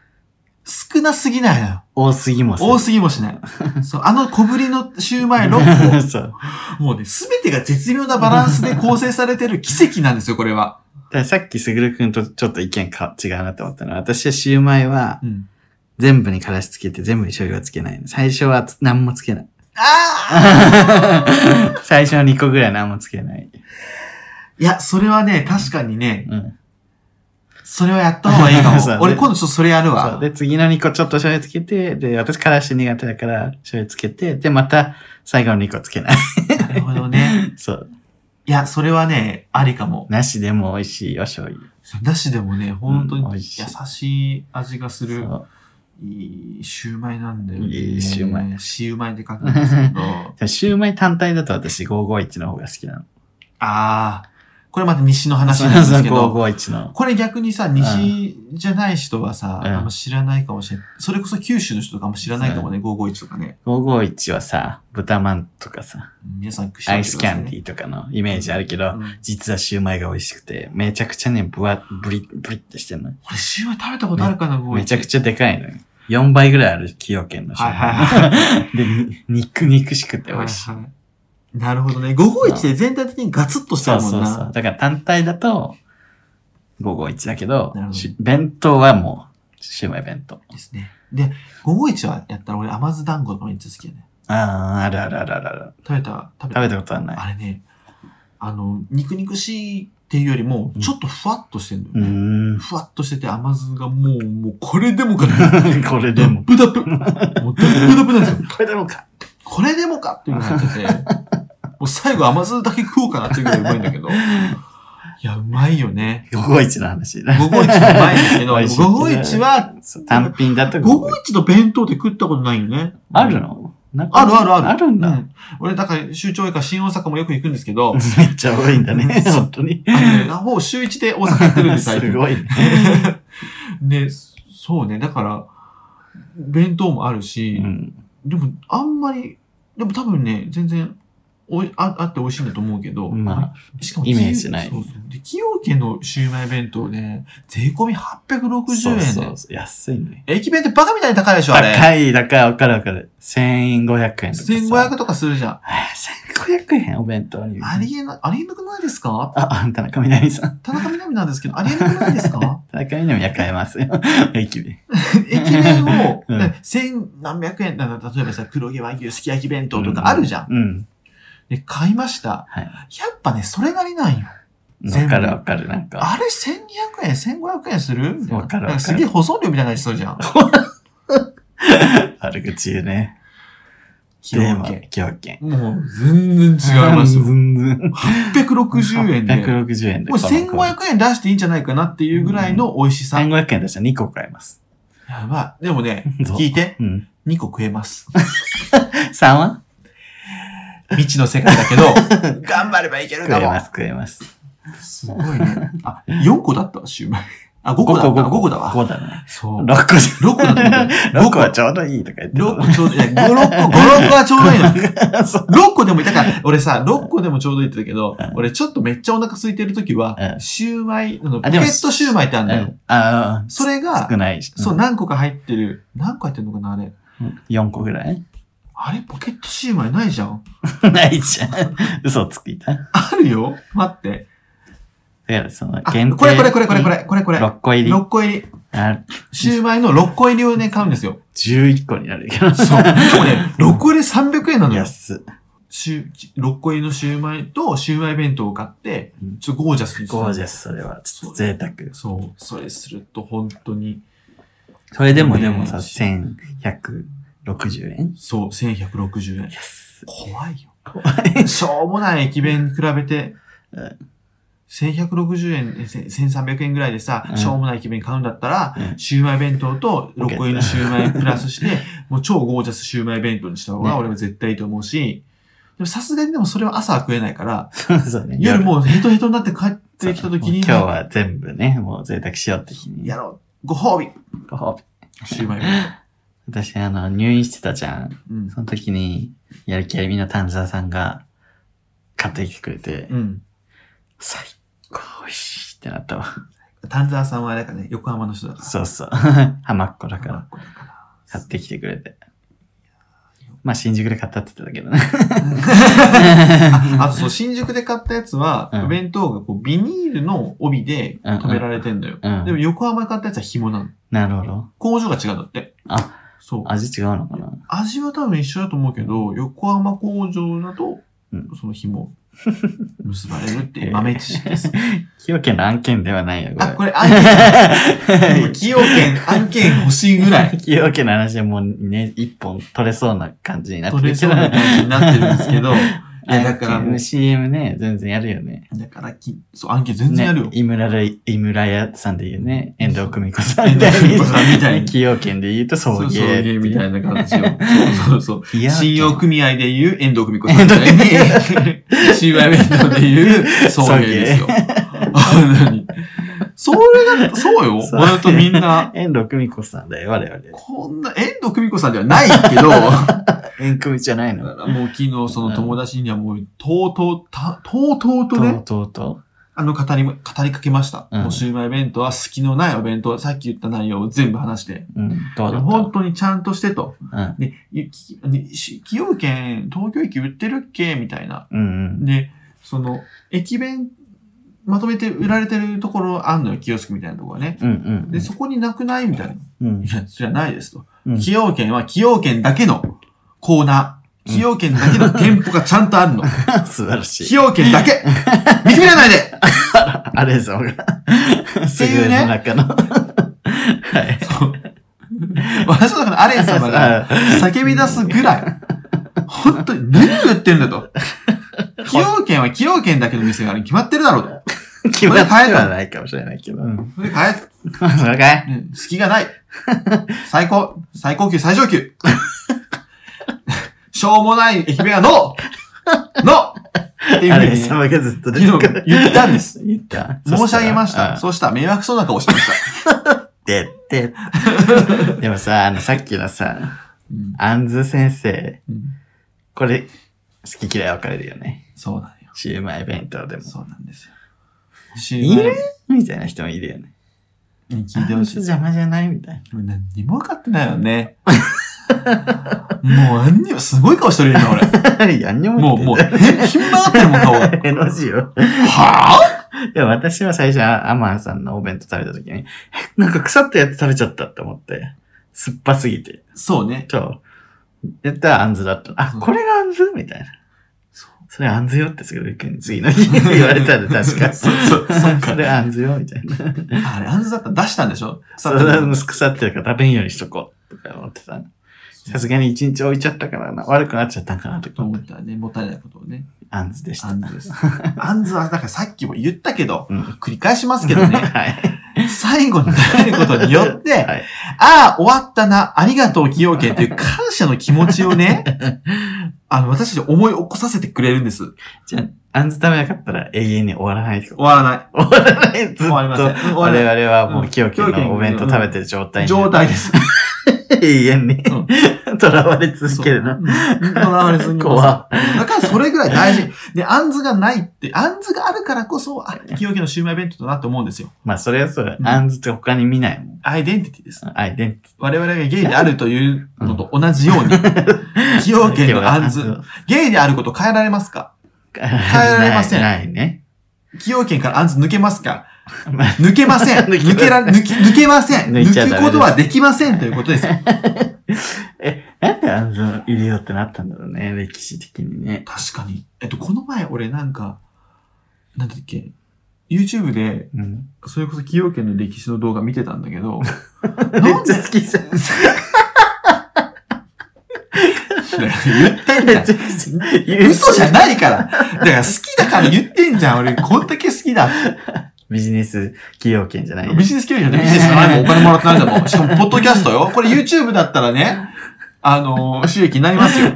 Speaker 1: 少なすぎないのよ。
Speaker 2: 多すぎも
Speaker 1: 多
Speaker 2: ぎ
Speaker 1: すぎもし
Speaker 2: [laughs]
Speaker 1: ない。そう、あの小ぶりのシューマイ6
Speaker 2: そう。
Speaker 1: 個。
Speaker 2: [laughs]
Speaker 1: もうね、すべてが絶妙なバランスで構成されてる奇跡なんですよ、これは。
Speaker 2: だからさっきすぐるくんとちょっと意見か違うなと思ったのは、私はシューマイは
Speaker 1: うん。
Speaker 2: 全部にからしつけて全部に醤油はつけないの。最初はつ何も
Speaker 1: [laughs]
Speaker 2: つけない。
Speaker 1: あ
Speaker 2: [laughs]
Speaker 1: あ
Speaker 2: 最初の2個ぐらい何もつけない。
Speaker 1: いや、それはね、確かにね、
Speaker 2: うん。
Speaker 1: それはやった方がいいか
Speaker 2: [laughs] そう
Speaker 1: も。俺今度ちょっとそれやる
Speaker 2: そう。
Speaker 1: わ。
Speaker 2: で、次の2個ちょっと醤油つけて、で、私からし苦手だから醤油つけて、で、また最後の2個つけない。 [laughs]
Speaker 1: なるほどね。
Speaker 2: そう。
Speaker 1: いや、それはね、ありかも。
Speaker 2: なしでも美味しいよ、醤油。
Speaker 1: なしでもね、本当
Speaker 2: うん美
Speaker 1: に優
Speaker 2: 味しい
Speaker 1: しい味がする、
Speaker 2: そう
Speaker 1: いいシューマイなんだよね。
Speaker 2: いいシューマイ。
Speaker 1: シューマイで書くんです
Speaker 2: [laughs]
Speaker 1: けど。あ
Speaker 2: でもシューマイ単体だと私551の方が好きなの。
Speaker 1: あー、これまた西の話
Speaker 2: そう
Speaker 1: なんで
Speaker 2: そう、
Speaker 1: すけど。
Speaker 2: 551の。
Speaker 1: これ逆にさ、西じゃない人はさ、
Speaker 2: うん
Speaker 1: あんま知らないかもしれない。それこそ九州の人とかも知らないかもね、551とかね。
Speaker 2: 551はさ、豚まんとかさ、
Speaker 1: 皆さん知
Speaker 2: アイスキャンディ
Speaker 1: ー。
Speaker 2: ーとかのイメージあるけ
Speaker 1: う
Speaker 2: ど、
Speaker 1: ん
Speaker 2: 実はシューマイが美味しくて、めちゃくちゃね、ぶわ、ぶり、ぶりってしてるの。
Speaker 1: 俺、シューマイ食べたことあるかな、551。
Speaker 2: めちゃくちゃでかいのよ。4倍ぐらいある崎陽軒のシューマイ。
Speaker 1: はい
Speaker 2: で、に肉肉しくて美味しい。
Speaker 1: ははなるほどね。551って全体的にガツッとして
Speaker 2: そ
Speaker 1: る
Speaker 2: う
Speaker 1: もん
Speaker 2: そう
Speaker 1: な。
Speaker 2: そう。だから単体だと、551だけど
Speaker 1: なるほ、ど
Speaker 2: し弁当はもう、シューマイ弁当。
Speaker 1: ですね。で、551はやったら俺甘酢団子とかめっちゃ好きやね。
Speaker 2: あー、あるあるあるあるある。
Speaker 1: 食べた食べ
Speaker 2: 食
Speaker 1: た
Speaker 2: べたことはない。
Speaker 1: あれね、あの、肉肉しいっていうよりも
Speaker 2: う、ん
Speaker 1: ちょっとふわっとしてる
Speaker 2: う
Speaker 1: のよ、ね
Speaker 2: ーん。 [laughs]
Speaker 1: ふわっとしてて甘酢がもう、もうこれでもか
Speaker 2: これで
Speaker 1: ダッ
Speaker 2: も。
Speaker 1: プダップ。もうダップダップなんですよ。
Speaker 2: これでもか。
Speaker 1: これでもかっていうのになってて、もう最後甘酢だけ食おうかなっていうぐらいうまいんだけど。いや、うまいよね。
Speaker 2: 551の話。
Speaker 1: 551もうまいんですけど、
Speaker 2: [laughs] 美味しいけど
Speaker 1: 551は
Speaker 2: そう [laughs] 単品だと
Speaker 1: 午
Speaker 2: 551。
Speaker 1: 一の弁当で食ったことないよね。
Speaker 2: あるのなんか
Speaker 1: あるあるある。
Speaker 2: あるんだ。
Speaker 1: う俺、だから、州庁以下、新大阪もよく行くんですけど、
Speaker 2: めっちゃ多いんだ
Speaker 1: [laughs]
Speaker 2: ね、本当に。
Speaker 1: あのもう週一で大阪行ってるんです、最
Speaker 2: [laughs] す
Speaker 1: [laughs] 近。
Speaker 2: ごいね。
Speaker 1: で、そうね、だから、弁当もあるし、
Speaker 2: うん
Speaker 1: でも、あんまり、でも多分ね、全然、おいああって美味しいんだと思うけど、
Speaker 2: まあ、
Speaker 1: しかも
Speaker 2: イメージない
Speaker 1: そうそう。で、崎陽軒のシウマイ弁当ね、税込み860
Speaker 2: そ
Speaker 1: 円
Speaker 2: う
Speaker 1: で。
Speaker 2: そうそう安いね。
Speaker 1: 駅弁ってバカみたいに高いでしょ、あれ。
Speaker 2: 高い、だからわかるわかる。1500円とかさ。
Speaker 1: 1500とかするじゃん。
Speaker 2: あ1500円お弁当に。
Speaker 1: ありえな、ありえなくないですか
Speaker 2: あ、あんた中南さん。
Speaker 1: 田中みな実なんですけど、ありえなくないですか
Speaker 2: 田中みな実は買えま
Speaker 1: [laughs]
Speaker 2: すよ。駅で。
Speaker 1: 駅弁を
Speaker 2: [laughs] うん、
Speaker 1: ね千何百円だな、例えばさ、黒毛和牛すき焼き弁当とかあるじゃん。
Speaker 2: うん。
Speaker 1: で、買いました。
Speaker 2: はい
Speaker 1: やっぱね、それなりなんよ。
Speaker 2: わかるわかる。なんか。
Speaker 1: あれ、1200円、1500円するみたいな
Speaker 2: わかるわかる
Speaker 1: なんすげえ保存料みたいなやつそうじゃん。
Speaker 2: 悪口言うね。
Speaker 1: 崎
Speaker 2: で
Speaker 1: 陽
Speaker 2: も
Speaker 1: 軒。、
Speaker 2: 狂犬。
Speaker 1: もう、全然違いますよ。
Speaker 2: 全然。
Speaker 1: 860円で。も
Speaker 2: 160円で。
Speaker 1: う1500円出していいんじゃないかなっていうぐらいの美味しさ。
Speaker 2: 円。1500円出したら2個買えます。
Speaker 1: やばい。でもね、
Speaker 2: そう
Speaker 1: 聞いて、
Speaker 2: うん。
Speaker 1: 2個食えます。
Speaker 2: 3は
Speaker 1: 未知の世界だ
Speaker 2: [laughs]
Speaker 1: けど、頑張ればいける
Speaker 2: 食
Speaker 1: か
Speaker 2: え
Speaker 1: も
Speaker 2: ま。す、食えます。
Speaker 1: すごいね。あ、4個だったわ、シューマイ。あ、5個だった。
Speaker 2: 5
Speaker 1: 5個だわ。
Speaker 2: 5だね。
Speaker 1: そう。
Speaker 2: 6
Speaker 1: 6
Speaker 2: 個じ
Speaker 1: 個だったんだよ。
Speaker 2: ゃん。6個はちょうどいいとか言ってた。
Speaker 1: 6個ちょうど、いや、5、6個、5、6個はちょうどいいの。
Speaker 2: そう。
Speaker 1: 6個でもいたから、俺さ、6個でもちょうどいいって言ったけど
Speaker 2: うん、
Speaker 1: 俺ちょっとめっちゃお腹空いてる時は
Speaker 2: う、ん
Speaker 1: シューマイ、あの
Speaker 2: あ
Speaker 1: ポケ
Speaker 2: でも
Speaker 1: ットシューマイってあるんだよ。
Speaker 2: ああ、
Speaker 1: それが
Speaker 2: 少、ないし。
Speaker 1: そう、何個か入ってる。何個入ってるのかな、あれ。
Speaker 2: 4個ぐらい [laughs]
Speaker 1: あれポケットシューマイないじゃん。
Speaker 2: ないじゃん。嘘つきた。だか
Speaker 1: あるよ待って。
Speaker 2: らその
Speaker 1: あ、
Speaker 2: 限定。
Speaker 1: これこれこれこれこれ、これこれ。
Speaker 2: 6個入り。
Speaker 1: 6個入り。
Speaker 2: あ
Speaker 1: シューマイの6個入りをね、買うんですよ。
Speaker 2: 11個になるけど。
Speaker 1: そう。
Speaker 2: [laughs]
Speaker 1: でもね、6個入り300円なのよ。
Speaker 2: 安っ。
Speaker 1: シュー6個入りのシューマイとシューマイ弁当を買って
Speaker 2: うん、
Speaker 1: ちょっとゴージャスにする
Speaker 2: ゴージャス、それは。ちょっと贅沢。
Speaker 1: そう。それすると本当に、
Speaker 2: それでもでもさ、
Speaker 1: ね
Speaker 2: 1160
Speaker 1: [laughs]
Speaker 2: 円
Speaker 1: そう、1160円。
Speaker 2: 安っ。
Speaker 1: 怖いよ。
Speaker 2: 怖
Speaker 1: しょうもない駅弁に比べて
Speaker 2: [laughs] うん、
Speaker 1: 1160円、え1000 1300円ぐらいでさ
Speaker 2: う、ん
Speaker 1: しょうもない駅弁買うんだったら、
Speaker 2: うん
Speaker 1: シューマイ弁当と6個入りのシューマイプラス
Speaker 2: [laughs]
Speaker 1: して、もう超ゴージャスシューマイ弁当にした方が
Speaker 2: ね
Speaker 1: 俺は絶対いいと思うし、でもさすがにでもそれは朝は食えないから、
Speaker 2: そうそうね。
Speaker 1: 夜もうヘトヘトになって帰ってきた時に、
Speaker 2: もう今日は全部ね、もう贅沢しようって日に。
Speaker 1: やろう。ご褒美
Speaker 2: ご褒美
Speaker 1: シューマイ弁
Speaker 2: 私、あの、入院してたじゃん。
Speaker 1: 当。うん
Speaker 2: その時に、やる気ありみの丹沢さんが、買ってきてくれて、
Speaker 1: うん。
Speaker 2: 最高美味しいってなったわ。
Speaker 1: 丹沢さんはあれだからね、横浜の人だから。
Speaker 2: そうそう。 [laughs] 浜っ子だ
Speaker 1: だ
Speaker 2: か
Speaker 1: から
Speaker 2: ら、。買ってきてくれて
Speaker 1: や。
Speaker 2: まあ、新宿で買ったって言ってたけどね。
Speaker 1: あとそう、新宿で買ったやつは、
Speaker 2: うん
Speaker 1: お弁当がこうビニールの帯で
Speaker 2: うんうん
Speaker 1: 止められてんのよ。
Speaker 2: [laughs] うん
Speaker 1: でも横浜で買ったやつは紐なの。
Speaker 2: なるほど。
Speaker 1: 工場が違うんだって。
Speaker 2: あ、
Speaker 1: そう。
Speaker 2: 味違うのかな
Speaker 1: 味は多分一緒だと思うけど、横浜工場だと
Speaker 2: うん、
Speaker 1: その
Speaker 2: [laughs]
Speaker 1: 紐、結ばれるっていう豆知識です。
Speaker 2: 清家の案件ではないよ、これ。
Speaker 1: あ、これ案
Speaker 2: [laughs]
Speaker 1: 件、でも崎陽軒案件欲しいぐらい。
Speaker 2: 崎陽軒の話はもうね、一本取れそうな感じになってる
Speaker 1: 取れそうな感じになってるんですけ [laughs]
Speaker 2: [laughs]
Speaker 1: ど、いや、だからもう、
Speaker 2: CM ね、全然やるよね。
Speaker 1: だからき、そう、案件全然やるよ
Speaker 2: ね。井村ら、井村屋さんで言うね、遠藤久美子さん
Speaker 1: 遠
Speaker 2: みた
Speaker 1: 藤
Speaker 2: い
Speaker 1: 久美子さんみたい
Speaker 2: に。
Speaker 1: に
Speaker 2: 崎陽軒で言うと、
Speaker 1: そ
Speaker 2: 送
Speaker 1: う、そう
Speaker 2: 迎って
Speaker 1: い
Speaker 2: いうう。
Speaker 1: みたいな感じを。 [laughs] そうそう
Speaker 2: い
Speaker 1: そう。
Speaker 2: や
Speaker 1: 信用組合でいう遠藤久美子さんみたいに、 [laughs] 信用弁当でいう送迎ですよ。あ何それが、そうよ。
Speaker 2: そう
Speaker 1: 割とみんな、
Speaker 2: 遠藤久美子さんだよ、我々。
Speaker 1: こんな、遠藤久美子さんではないけ [laughs] ど、
Speaker 2: 遠久美じゃないの。
Speaker 1: もう昨日その友達にはもう、とうとう、たとうとうと
Speaker 2: と
Speaker 1: ね
Speaker 2: う、とうと
Speaker 1: あの語りも、語りかけました。
Speaker 2: うん
Speaker 1: もうシウマイ弁当は隙のないお弁当、さっき言った内容を全部話して、
Speaker 2: う。うん、どうだ
Speaker 1: 本
Speaker 2: っ
Speaker 1: 当にちゃんとしてと。
Speaker 2: た
Speaker 1: で、ゆきねし崎陽軒、東京駅売ってるっけみたいな。
Speaker 2: うん。うん
Speaker 1: で、その、駅弁、まとめて売られてるところあんのよ、キオスクみたいなところね。
Speaker 2: うん。うんうん。
Speaker 1: で、そこになくないみたいな。い
Speaker 2: うん。
Speaker 1: や、そりゃないですと。
Speaker 2: うん
Speaker 1: 崎陽軒は崎陽軒だけのコーナー。崎陽軒だけの店舗がちゃんとあるの。
Speaker 2: [laughs] 素晴らし
Speaker 1: 崎
Speaker 2: い。
Speaker 1: 陽軒だけ見つめらないで
Speaker 2: あれぞが。
Speaker 1: ていうね
Speaker 2: の中の。はい。
Speaker 1: そう私の中のアレン様が叫び出すぐらい、本当に何言ってんだと。崎陽軒は崎陽軒だけの店があるに決まってるだろうと。
Speaker 2: 決まってはないかもしれないけど。うん。
Speaker 1: それで帰っ
Speaker 2: それかい
Speaker 1: うん隙がない。最高、最高級、最上級。しょうもない駅弁はノーノーっていう
Speaker 2: あ
Speaker 1: ふう
Speaker 2: れ、
Speaker 1: に
Speaker 2: さがずっと出てく
Speaker 1: 昨日
Speaker 2: る。
Speaker 1: 言ったんです。
Speaker 2: 言った。
Speaker 1: 申し上げました。
Speaker 2: そ
Speaker 1: そうしたら迷惑そうな顔してました。
Speaker 2: で、で。
Speaker 1: [laughs]
Speaker 2: でもさ、あの、さっきのさ、
Speaker 1: うん
Speaker 2: あんず先生、
Speaker 1: うん
Speaker 2: これ、好き嫌い分かれるよね。
Speaker 1: そうなんよ。
Speaker 2: シウマイ弁当でも。
Speaker 1: そうなんですよ。シ
Speaker 2: い
Speaker 1: ュー
Speaker 2: るみたいな人もいるよね。
Speaker 1: マイに聞いて
Speaker 2: あ
Speaker 1: ほ
Speaker 2: ん
Speaker 1: しい
Speaker 2: ず。邪魔じゃないみたいな。
Speaker 1: もう何にも分かってないよね。もう何にも、すごい顔してるよ、
Speaker 2: [laughs]
Speaker 1: 今俺。
Speaker 2: やんにも
Speaker 1: もう、もう、へ、ひん曲がってるもん、顔が。
Speaker 2: えの字よ。
Speaker 1: はぁ
Speaker 2: いや、私は最初、あアマンさんのお弁当食べた時に、えなんか腐ったやつ食べちゃったって思って、酸っぱすぎて。
Speaker 1: そうね。
Speaker 2: そう。やったらあんずだった。あ
Speaker 1: う、ん
Speaker 2: これがあんずみたいな。
Speaker 1: そう。
Speaker 2: それあんずよってすぐ次の日 [laughs] 言われたんで、確
Speaker 1: [laughs]
Speaker 2: か。
Speaker 1: そうそうそうか
Speaker 2: それあんずよみたいな。
Speaker 1: あれ、あんずだったら出したんでしょ
Speaker 2: そ
Speaker 1: 腐
Speaker 2: れ
Speaker 1: ってる
Speaker 2: は腐ってるから食べんようにしとこう。とか思ってた。さすがに一日置いちゃったからな。悪くなっちゃったんかなと
Speaker 1: と
Speaker 2: か思
Speaker 1: 思
Speaker 2: っ。
Speaker 1: ってたらね、もったいないことをね。
Speaker 2: あんずでした。
Speaker 1: あんずです。あんずは、だからさっきも言ったけど、
Speaker 2: うん。
Speaker 1: 繰り返しますけど
Speaker 2: [laughs]
Speaker 1: ね、
Speaker 2: はい。
Speaker 1: 最後に食べることによって、
Speaker 2: はい。
Speaker 1: ああ、終わったな、ありがとう、崎陽軒という
Speaker 2: [laughs]
Speaker 1: 感謝の気持ちをね、あの、私たち思い起こさせてくれるんです。
Speaker 2: じゃあんず食べなかったら永遠に終わらないと
Speaker 1: 終わらない。
Speaker 2: 終わらない。 [laughs] ずっ
Speaker 1: 終わりま
Speaker 2: と。
Speaker 1: せん。終わ
Speaker 2: 我
Speaker 1: ら
Speaker 2: 々はも
Speaker 1: う
Speaker 2: うん清家のお弁当食べてる状
Speaker 1: な
Speaker 2: 態
Speaker 1: い。
Speaker 2: に。
Speaker 1: 状態です。
Speaker 2: 永遠に。 [laughs] 囚われ続けるな。
Speaker 1: な。流れすぎ
Speaker 2: 怖
Speaker 1: だからそれぐらい大事。で、あんずがないって、あんずがあるからこそ、あ、清家のシウマイ弁当だなって思うんですよ。
Speaker 2: まあ、それはそうだ
Speaker 1: う。ん
Speaker 2: あんずって他に見ないもん。
Speaker 1: アイデンティティです。
Speaker 2: アイデンテ
Speaker 1: 我々がゲイであるというのと同じように、崎
Speaker 2: ィ
Speaker 1: 陽
Speaker 2: ティ。
Speaker 1: 軒のあんず。ゲイであること変えられますか
Speaker 2: 変え
Speaker 1: られません
Speaker 2: ないないね。
Speaker 1: 崎陽軒からあんず抜けますか
Speaker 2: まあ
Speaker 1: 抜けません抜
Speaker 2: 抜けません
Speaker 1: けら、抜け、抜けません
Speaker 2: 抜い
Speaker 1: 抜
Speaker 2: ちゃダメで
Speaker 1: く
Speaker 2: す
Speaker 1: ことはできませんということですよ。
Speaker 2: なんであんずを入れようってなったんだろうね、歴史的にね。
Speaker 1: 確かに。えっと、この前俺なんか、なんだっけ、YouTube で、
Speaker 2: うん。
Speaker 1: それこそ崎陽軒の歴史の動画見てたんだけ [laughs] ど、
Speaker 2: めっ
Speaker 1: なん
Speaker 2: ち
Speaker 1: で
Speaker 2: ゃ好きじゃん。
Speaker 1: 言ってんじゃん。嘘じゃないから。だから好きだから言ってんじゃん。俺、こんだけ好きだ。
Speaker 2: ビジネス企業権じゃな
Speaker 1: [laughs]
Speaker 2: い。
Speaker 1: ビジネス教育じゃないビジネスじゃないもんお金もらってないんだもん。しかも、ポッドキャストよ。これ YouTube だったらね、あのー収益になりますよ。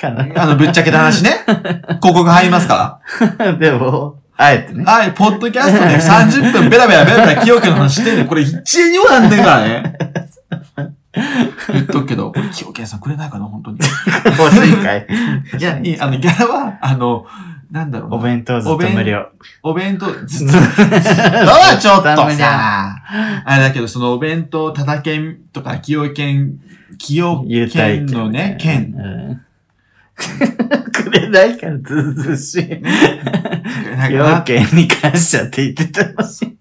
Speaker 2: か
Speaker 1: あの、ぶっちゃけた話 [laughs] ね。広告入りますか
Speaker 2: な。でも、あえてね
Speaker 1: ら。。はい、ポッドキャストで30分ベラベラベラベラ清家の話してんの。これ一円にもなんねえからね。言っとくけど、これ清家さんくれないかな、本当に。
Speaker 2: 欲しいかい。
Speaker 1: いや、いいあの、ギャラは、あの、なんだろうな
Speaker 2: お弁当ずっと無料。
Speaker 1: お弁当、ず
Speaker 2: ず
Speaker 1: っ
Speaker 2: っ [laughs]
Speaker 1: と
Speaker 2: と
Speaker 1: はちょっと
Speaker 2: ダメじ
Speaker 1: さ、あれだけど、そのお弁当、ただ券とか、崎陽軒、崎陽
Speaker 2: 優待
Speaker 1: 軒のね、
Speaker 2: 券み
Speaker 1: 券。
Speaker 2: たいな。うん。くれないからずうずうしい。
Speaker 1: なん
Speaker 2: 要
Speaker 1: か
Speaker 2: 件に感謝って言っててほしい。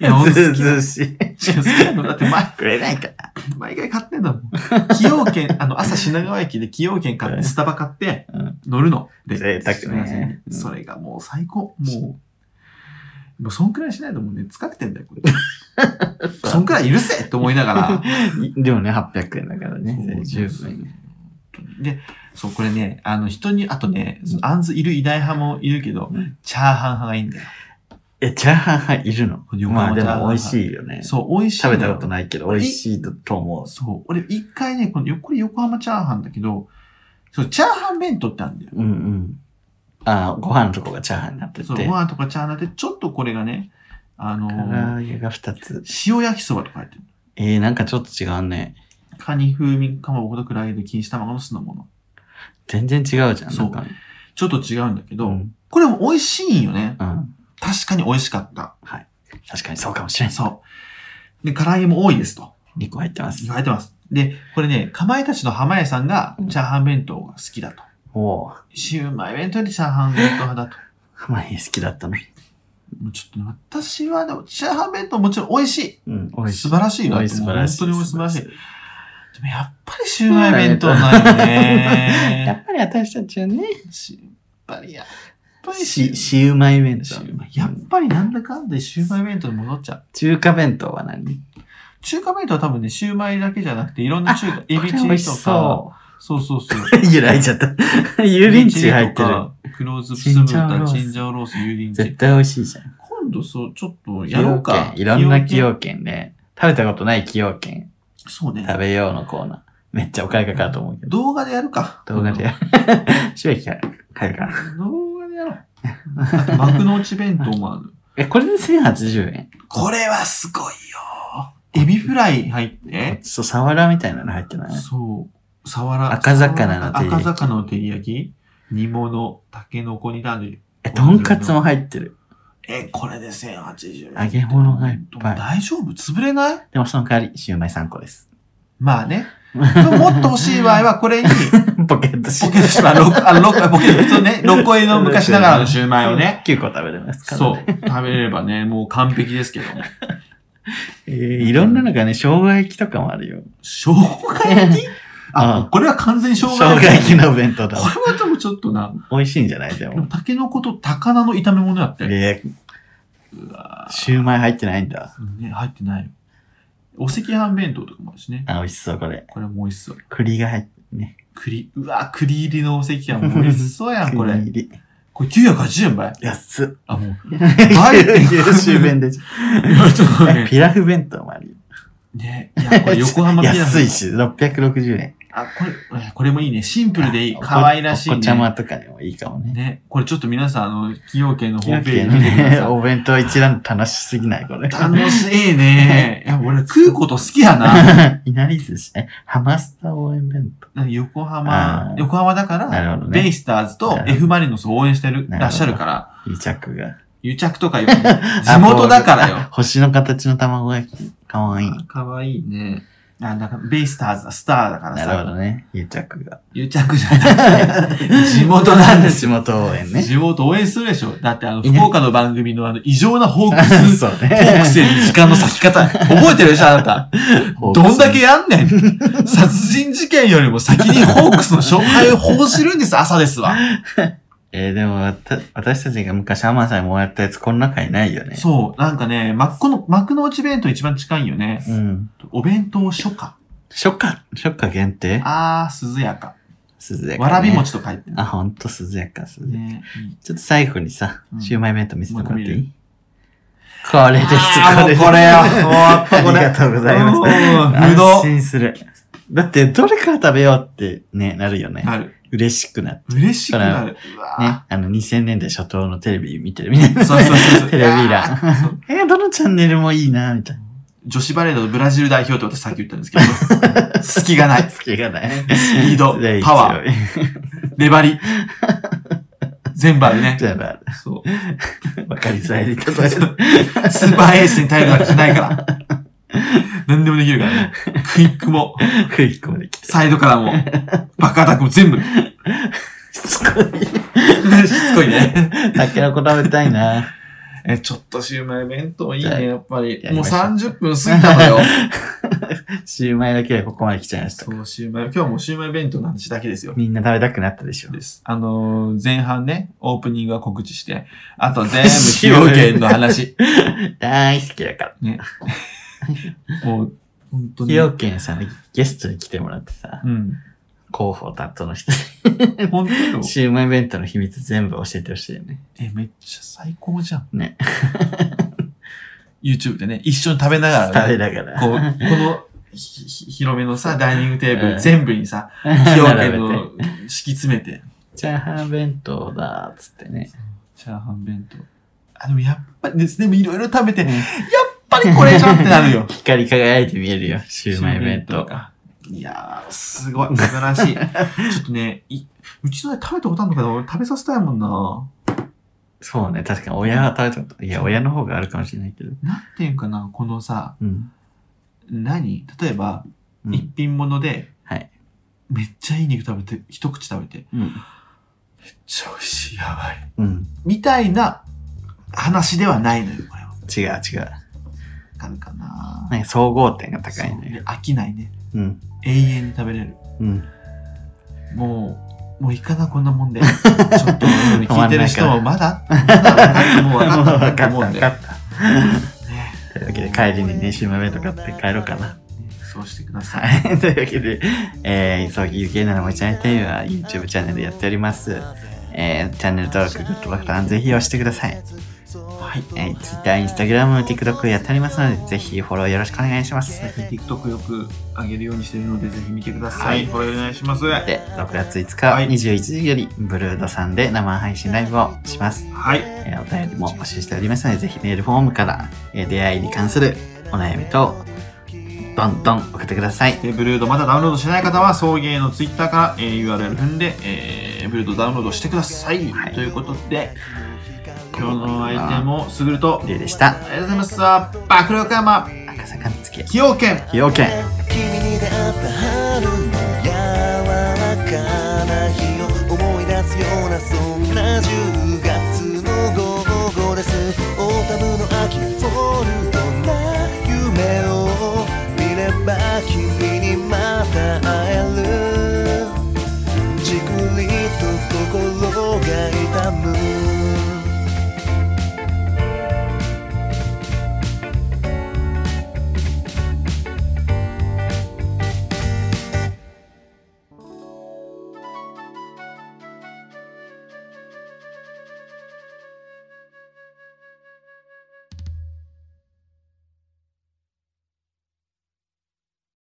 Speaker 1: いや本当
Speaker 2: ず
Speaker 1: 好
Speaker 2: う
Speaker 1: き
Speaker 2: ずうしい。
Speaker 1: 好きなのだって毎、
Speaker 2: くれないから。
Speaker 1: 毎回買ってんだもん。崎陽軒、あの、朝品川駅で崎陽軒買って、スタバ買って
Speaker 2: うん、
Speaker 1: 乗るの。で
Speaker 2: 贅沢ねうん
Speaker 1: それがもう最高。もう、もうそんくらいしないともうね、疲れてんだよ、
Speaker 2: [laughs]
Speaker 1: これ。そんくらい許せと思いながら。
Speaker 2: でもね、800円だからね
Speaker 1: そう。
Speaker 2: 十分ね。
Speaker 1: で、そう、これね、あの、人に、あとね、そのあんずいる偉大派もいるけど
Speaker 2: うん、
Speaker 1: チャーハン派がいいんだよ。
Speaker 2: え、チャーハン派いるの
Speaker 1: 横
Speaker 2: まあ
Speaker 1: 浜チ
Speaker 2: で
Speaker 1: ャーハン
Speaker 2: も美味しいよね。
Speaker 1: そう、美味しい。
Speaker 2: 食べたこと
Speaker 1: い。
Speaker 2: ないけど、美味しいと思
Speaker 1: そう、俺一回ね、この、よこれ横浜チャーハンだけど、そう、チャーハン弁当ってあるんだよ。
Speaker 2: う。うんうん。ああ、ご飯のとこがチャーハンになってて。
Speaker 1: そう、ご飯とかチャーハンだって、ちょっとこれがね、あの
Speaker 2: 唐
Speaker 1: ー、
Speaker 2: 揚げが2つ。
Speaker 1: 塩焼きそばとか入ってる。
Speaker 2: えー、なんかちょっと違うね。
Speaker 1: カニ風味、かまぼことラー油で錦糸卵の酢の物。
Speaker 2: 全然違うじゃん。
Speaker 1: そう
Speaker 2: なんか
Speaker 1: ちょっと違うんだけど、
Speaker 2: うん
Speaker 1: これも美味しいんよね。
Speaker 2: うん。
Speaker 1: 確かに美味しかった。
Speaker 2: 確かにそうかもしれない。
Speaker 1: そう。で、唐揚げも多いですと。
Speaker 2: 2個入ってます
Speaker 1: 言。われてます。で、これね、かまいたちの濱家さんが
Speaker 2: うん
Speaker 1: チャーハン弁当が好きだと。
Speaker 2: おぉ。
Speaker 1: シウマイ弁当よりチャーハン弁当派だと。
Speaker 2: 濱家好きだったの。
Speaker 1: もうちょっとね私はでもチャーハン弁当もちろん美味しい。
Speaker 2: うん、美味しい
Speaker 1: 素。晴らしいなと思う。
Speaker 2: 素晴らしい
Speaker 1: 本当に素晴らしい。
Speaker 2: 素
Speaker 1: でもやっぱりシウマイ弁当なんよ
Speaker 2: [laughs] や
Speaker 1: ね。
Speaker 2: っぱり私たちはね、
Speaker 1: しやっぱり、やっぱりシ
Speaker 2: し、シウマイ弁当
Speaker 1: シ。ウマイやっぱりなんだかんだでシウマイ弁当に戻っちゃう。
Speaker 2: 中華弁当は何
Speaker 1: 中華弁当は多分ね、シウマイだけじゃなくていろんな中華、エ
Speaker 2: こ
Speaker 1: ビ
Speaker 2: れ
Speaker 1: チ
Speaker 2: 美
Speaker 1: リ
Speaker 2: 味し
Speaker 1: とか、
Speaker 2: そ
Speaker 1: そ
Speaker 2: [laughs]
Speaker 1: うそうそう。
Speaker 2: う。揺らいじゃった。油淋鶏入ってる。
Speaker 1: る。クローズスムータ、チンジャオロース、油淋
Speaker 2: 絶
Speaker 1: 鶏。
Speaker 2: 対美味しいじゃん。
Speaker 1: 今度そう、ちょっとやろうか。
Speaker 2: 崎陽軒いろんな崎
Speaker 1: 崎陽
Speaker 2: 陽軒ね。食べたことない崎陽軒。
Speaker 1: 軒そうね
Speaker 2: 食。べようのコーナー。めっちゃお金かかると思うけど。
Speaker 1: 動画でやるか。
Speaker 2: 動画で
Speaker 1: [laughs]
Speaker 2: やる。収益が入るから。
Speaker 1: うん。動画でやろう。あと幕の内弁当もある。
Speaker 2: え、これで1080円。
Speaker 1: これはすごいよ。エビフライ入って、
Speaker 2: そう、サワラみたいなの入ってない
Speaker 1: そう、サワラ。
Speaker 2: 赤魚の照り焼き
Speaker 1: 赤魚の照り焼き、煮物、タケノコ煮たり。
Speaker 2: え、とんかつも入ってる。
Speaker 1: え、これで1080円。
Speaker 2: 揚げ物がいっぱい
Speaker 1: 大丈夫潰れない
Speaker 2: でもその代わり、シュウマイ3個です。 [laughs]
Speaker 1: まあね。でももっと欲しい場合は、これ [laughs] に、
Speaker 2: ポケットシ
Speaker 1: ポ
Speaker 2: ュウ
Speaker 1: ケッ
Speaker 2: マイ
Speaker 1: トシューマイ、6、あの、6、ポケットね、6個入りの昔ながらのシューマイをね。
Speaker 2: 9個食べれますから、ね。
Speaker 1: そう。食べればね、もう完璧ですけども。
Speaker 2: えーいろんなのがね、生姜焼きとかもあるよ。
Speaker 1: 生姜焼
Speaker 2: [laughs]
Speaker 1: きあ、
Speaker 2: うん
Speaker 1: これは完全に生
Speaker 2: 生
Speaker 1: 姜
Speaker 2: 姜
Speaker 1: 焼き。
Speaker 2: 焼きのお弁当だ
Speaker 1: こ。れはでもちょっとな、
Speaker 2: 美味しいんじゃないで
Speaker 1: でも
Speaker 2: も。
Speaker 1: タケノコと高菜の炒め物やって。ね、
Speaker 2: えー、シュウマイ入ってないんだ。
Speaker 1: 入ってないよ。お赤飯弁当とかもあるしね。
Speaker 2: あ、美味しそう、これ。
Speaker 1: これも美味しそう。
Speaker 2: 栗が入って、ね。
Speaker 1: 栗、うわ、栗入りのお赤飯も美味しそう
Speaker 2: [laughs]
Speaker 1: やん、こ
Speaker 2: 栗
Speaker 1: れ。
Speaker 2: 入り。
Speaker 1: これ980円ばい
Speaker 2: 安っ。
Speaker 1: あ、
Speaker 2: [laughs]
Speaker 1: もう。
Speaker 2: はい。終弁でしょ。
Speaker 1: ちょっとね
Speaker 2: ピラフ弁当もあるよ。
Speaker 1: ね、いや、これ横浜ピラフ。
Speaker 2: 安いし、660円。
Speaker 1: あ、これ、えーこれもいいね。シンプルでいい。
Speaker 2: あ
Speaker 1: 可愛らしい、ね。
Speaker 2: お子ちゃまとかでもいいかもね。
Speaker 1: ね、これちょっと皆さん、あの、崎陽軒のホームページ見てくださ
Speaker 2: ね、
Speaker 1: い。
Speaker 2: お弁当一覧楽しすぎないこれ。
Speaker 1: 楽しいね。いや、俺食うこと好きやな。
Speaker 2: [laughs] いなり寿司ね。ハマスター応援弁当。
Speaker 1: なんか横浜
Speaker 2: あ、ー
Speaker 1: 横浜だから、
Speaker 2: なるほどね
Speaker 1: ベイスターズと
Speaker 2: なるほど
Speaker 1: F ・マリノスを応援してる、
Speaker 2: なるほど
Speaker 1: らっしゃるから、
Speaker 2: 癒着が。
Speaker 1: 癒着とか言う
Speaker 2: [laughs]
Speaker 1: 地元だからよ
Speaker 2: あ。。星の形の卵焼き。かわいい。
Speaker 1: かわいいね。あ、なんか、ベイスターズだ、スターだから
Speaker 2: なるほ
Speaker 1: さ、
Speaker 2: どね。癒着が。
Speaker 1: 癒着じゃなく
Speaker 2: [laughs]
Speaker 1: て、地元なんです
Speaker 2: 地元応援ね。
Speaker 1: 地元応援するでしょ。だって、あの、
Speaker 2: いね
Speaker 1: 福岡の番組のあの、異常なホークス、
Speaker 2: [laughs] そう
Speaker 1: ホークスへの時間の割き方、覚えてるでしょ、あな
Speaker 2: [laughs]
Speaker 1: た。どんだけやんねん殺人事件よりも先にホークスの勝敗を報じるんです、朝です
Speaker 2: [laughs]
Speaker 1: わ。
Speaker 2: えー、でもわた、私たちが昔アマさんにもらったやつ、この中にないよね。
Speaker 1: そう、なんかね、幕この、幕の内弁当一番近いよね。
Speaker 2: うん。
Speaker 1: お弁当初夏。
Speaker 2: 初夏、初夏限定
Speaker 1: あー、涼やか。
Speaker 2: 涼やか、ね。
Speaker 1: わらび。餅と書いてあ
Speaker 2: あ、ほんと涼やか、涼
Speaker 1: る。
Speaker 2: やか。
Speaker 1: ね、
Speaker 2: ちょっと最後にさ
Speaker 1: う、ん
Speaker 2: シューマイ弁当見せてもらってい
Speaker 1: もう
Speaker 2: いこれです、
Speaker 1: あー
Speaker 2: これです。
Speaker 1: もうこれよもうやっぱこれ
Speaker 2: ありがとうございます。
Speaker 1: うん、ぶ
Speaker 2: 安
Speaker 1: ど
Speaker 2: 心する。だって、どれから食べようってね、なるよね。
Speaker 1: う。なる。
Speaker 2: 嬉しくなって。
Speaker 1: 嬉しくなる。うわー
Speaker 2: ね。あの、2000年代初頭のテレビ見てるみたいな。
Speaker 1: そうそうそうそう。
Speaker 2: [laughs] テレビ
Speaker 1: [laughs] あ
Speaker 2: 欄
Speaker 1: ーそう。
Speaker 2: えー、どのチャンネルもいいな、みたいな。
Speaker 1: 女子バレーのブラジル代表って私さっき言ったんですけ
Speaker 2: [laughs]
Speaker 1: ど、隙がない。ス
Speaker 2: 好きがない。
Speaker 1: ピー
Speaker 2: [laughs]
Speaker 1: ド、パワー、
Speaker 2: ー。
Speaker 1: 粘り。全部あるね。
Speaker 2: じゃあ、
Speaker 1: そう。
Speaker 2: わかりづらいで例え
Speaker 1: [laughs]
Speaker 2: る。
Speaker 1: スーパーエースに頼るわけじゃないから。何でもできるからね。クイックも、
Speaker 2: クイックもできた。
Speaker 1: サイドからも、バックアタックも全部。し
Speaker 2: しつこい。
Speaker 1: つこいね。
Speaker 2: タケノコ食べたいな。
Speaker 1: え、ちょっとシューマイ弁当いい
Speaker 2: じゃあ
Speaker 1: ね、やっぱり。
Speaker 2: やり
Speaker 1: もう
Speaker 2: ましょう
Speaker 1: 30分過ぎたのよ。
Speaker 2: [laughs] シューマイだけでここまで来ちゃいました。
Speaker 1: そう、シューマイ。今日はもうシューマイ弁当の話だけですよ。
Speaker 2: みんな食べたくなったでしょ。
Speaker 1: です。あのー前半ね、オープニングは告知して、あ
Speaker 2: [laughs]
Speaker 1: とは全部崎陽軒の話。
Speaker 2: 大好きだから。
Speaker 1: もう、本当
Speaker 2: 崎
Speaker 1: に。
Speaker 2: 陽軒さんにゲストに来てもらってさ、
Speaker 1: うん。
Speaker 2: 広報担当の人に、
Speaker 1: 本当よ。
Speaker 2: シューマイ弁当の秘密全部教えてほしいよね。
Speaker 1: え、めっちゃ最高じゃん。
Speaker 2: ね。
Speaker 1: YouTube でね、一緒に食べながら
Speaker 2: 食
Speaker 1: ね、
Speaker 2: べながら。
Speaker 1: こう、こ
Speaker 2: [laughs]
Speaker 1: のひひ広めのさ、ダイニングテーブ
Speaker 2: う
Speaker 1: ル
Speaker 2: ん
Speaker 1: 全部にさ、
Speaker 2: う、
Speaker 1: 崎陽軒
Speaker 2: 並べて。
Speaker 1: の敷き詰めて、
Speaker 2: チャーハン弁当だーっつってね。
Speaker 1: チャーハン弁当。あ、でもやっぱりです。でもいろいろ食べて、
Speaker 2: うん。
Speaker 1: やっぱりこれじゃんってなる [laughs] よ
Speaker 2: 光り輝いて見えるよ、シューマイ弁当。
Speaker 1: か。いやー、すごい、素晴らしい。ちょ [laughs] っとね、いうちので食べたことあるのかな俺食べさせたいもんな。
Speaker 2: そうね、確かに親は食べたこと、いや、親の方があるかもしれないけど。
Speaker 1: なんていうんかな、このさ、
Speaker 2: うん。
Speaker 1: 何例えば、
Speaker 2: うん
Speaker 1: 一品物で、
Speaker 2: はい
Speaker 1: めっちゃいい肉食べて、一口食べて、
Speaker 2: うん。
Speaker 1: 超美味しい、やばい。
Speaker 2: うん。
Speaker 1: みたいな話ではないのよ、これは。わ
Speaker 2: 違う違う。
Speaker 1: かるかな
Speaker 2: なんか総合点が高い
Speaker 1: そう
Speaker 2: ね。
Speaker 1: で飽きないね。
Speaker 2: うん。
Speaker 1: 永遠に食べれる。
Speaker 2: うん。
Speaker 1: もう、もういいかな、こんな
Speaker 2: [laughs]
Speaker 1: もんで。ちょっと、聞いてる人もまだ、まだもう分
Speaker 2: もう
Speaker 1: か
Speaker 2: 分
Speaker 1: った
Speaker 2: かった
Speaker 1: と思うん
Speaker 2: [laughs] 分
Speaker 1: で。
Speaker 2: か
Speaker 1: ね
Speaker 2: った。というわけで、帰りにね、シューマイ弁当買って帰ろうかな。
Speaker 1: そうしてください。
Speaker 2: はい。 [laughs] というわけで、えー、急ぎゆけなのもちゃんテレビは YouTube チャンネルやっております。えー、チャンネル登録、グッドボタン、ぜひ押してください。
Speaker 1: はい。
Speaker 2: えー、Twitter、Instagram、TikTok やっておりますので、ぜひフォローよろしくお願いします。
Speaker 1: 最近 TikTok よく上げるようにしてるので、ぜひ見てくださ
Speaker 2: はい
Speaker 1: い。これお願いします。は
Speaker 2: で、6月5日
Speaker 1: はい
Speaker 2: 21時より、ブルードさんで生配信ライブをします。
Speaker 1: い。
Speaker 2: えーお便りも募集しておりますので、ぜひメールフォームから、えー出会いに関するお悩みと、どんどん送ってください。
Speaker 1: で、ブルードまだダウンロードしてない方は、送迎の Twitter から、えー URL 踏んで、えーブルードダウンロードしてください。
Speaker 2: はい
Speaker 1: ということで、今日の相手もすぐると、あり
Speaker 2: リュウでし
Speaker 1: が
Speaker 2: た。
Speaker 1: とうございます。爆力山、
Speaker 2: 赤坂みつき、
Speaker 1: 崎陽軒。
Speaker 2: 崎陽軒。
Speaker 3: 君に出会った春の柔らかな日を思い出すようなそんな10月の午後ですオータムの秋フォルトな夢を見れば君にまた会えるじくりと心が痛む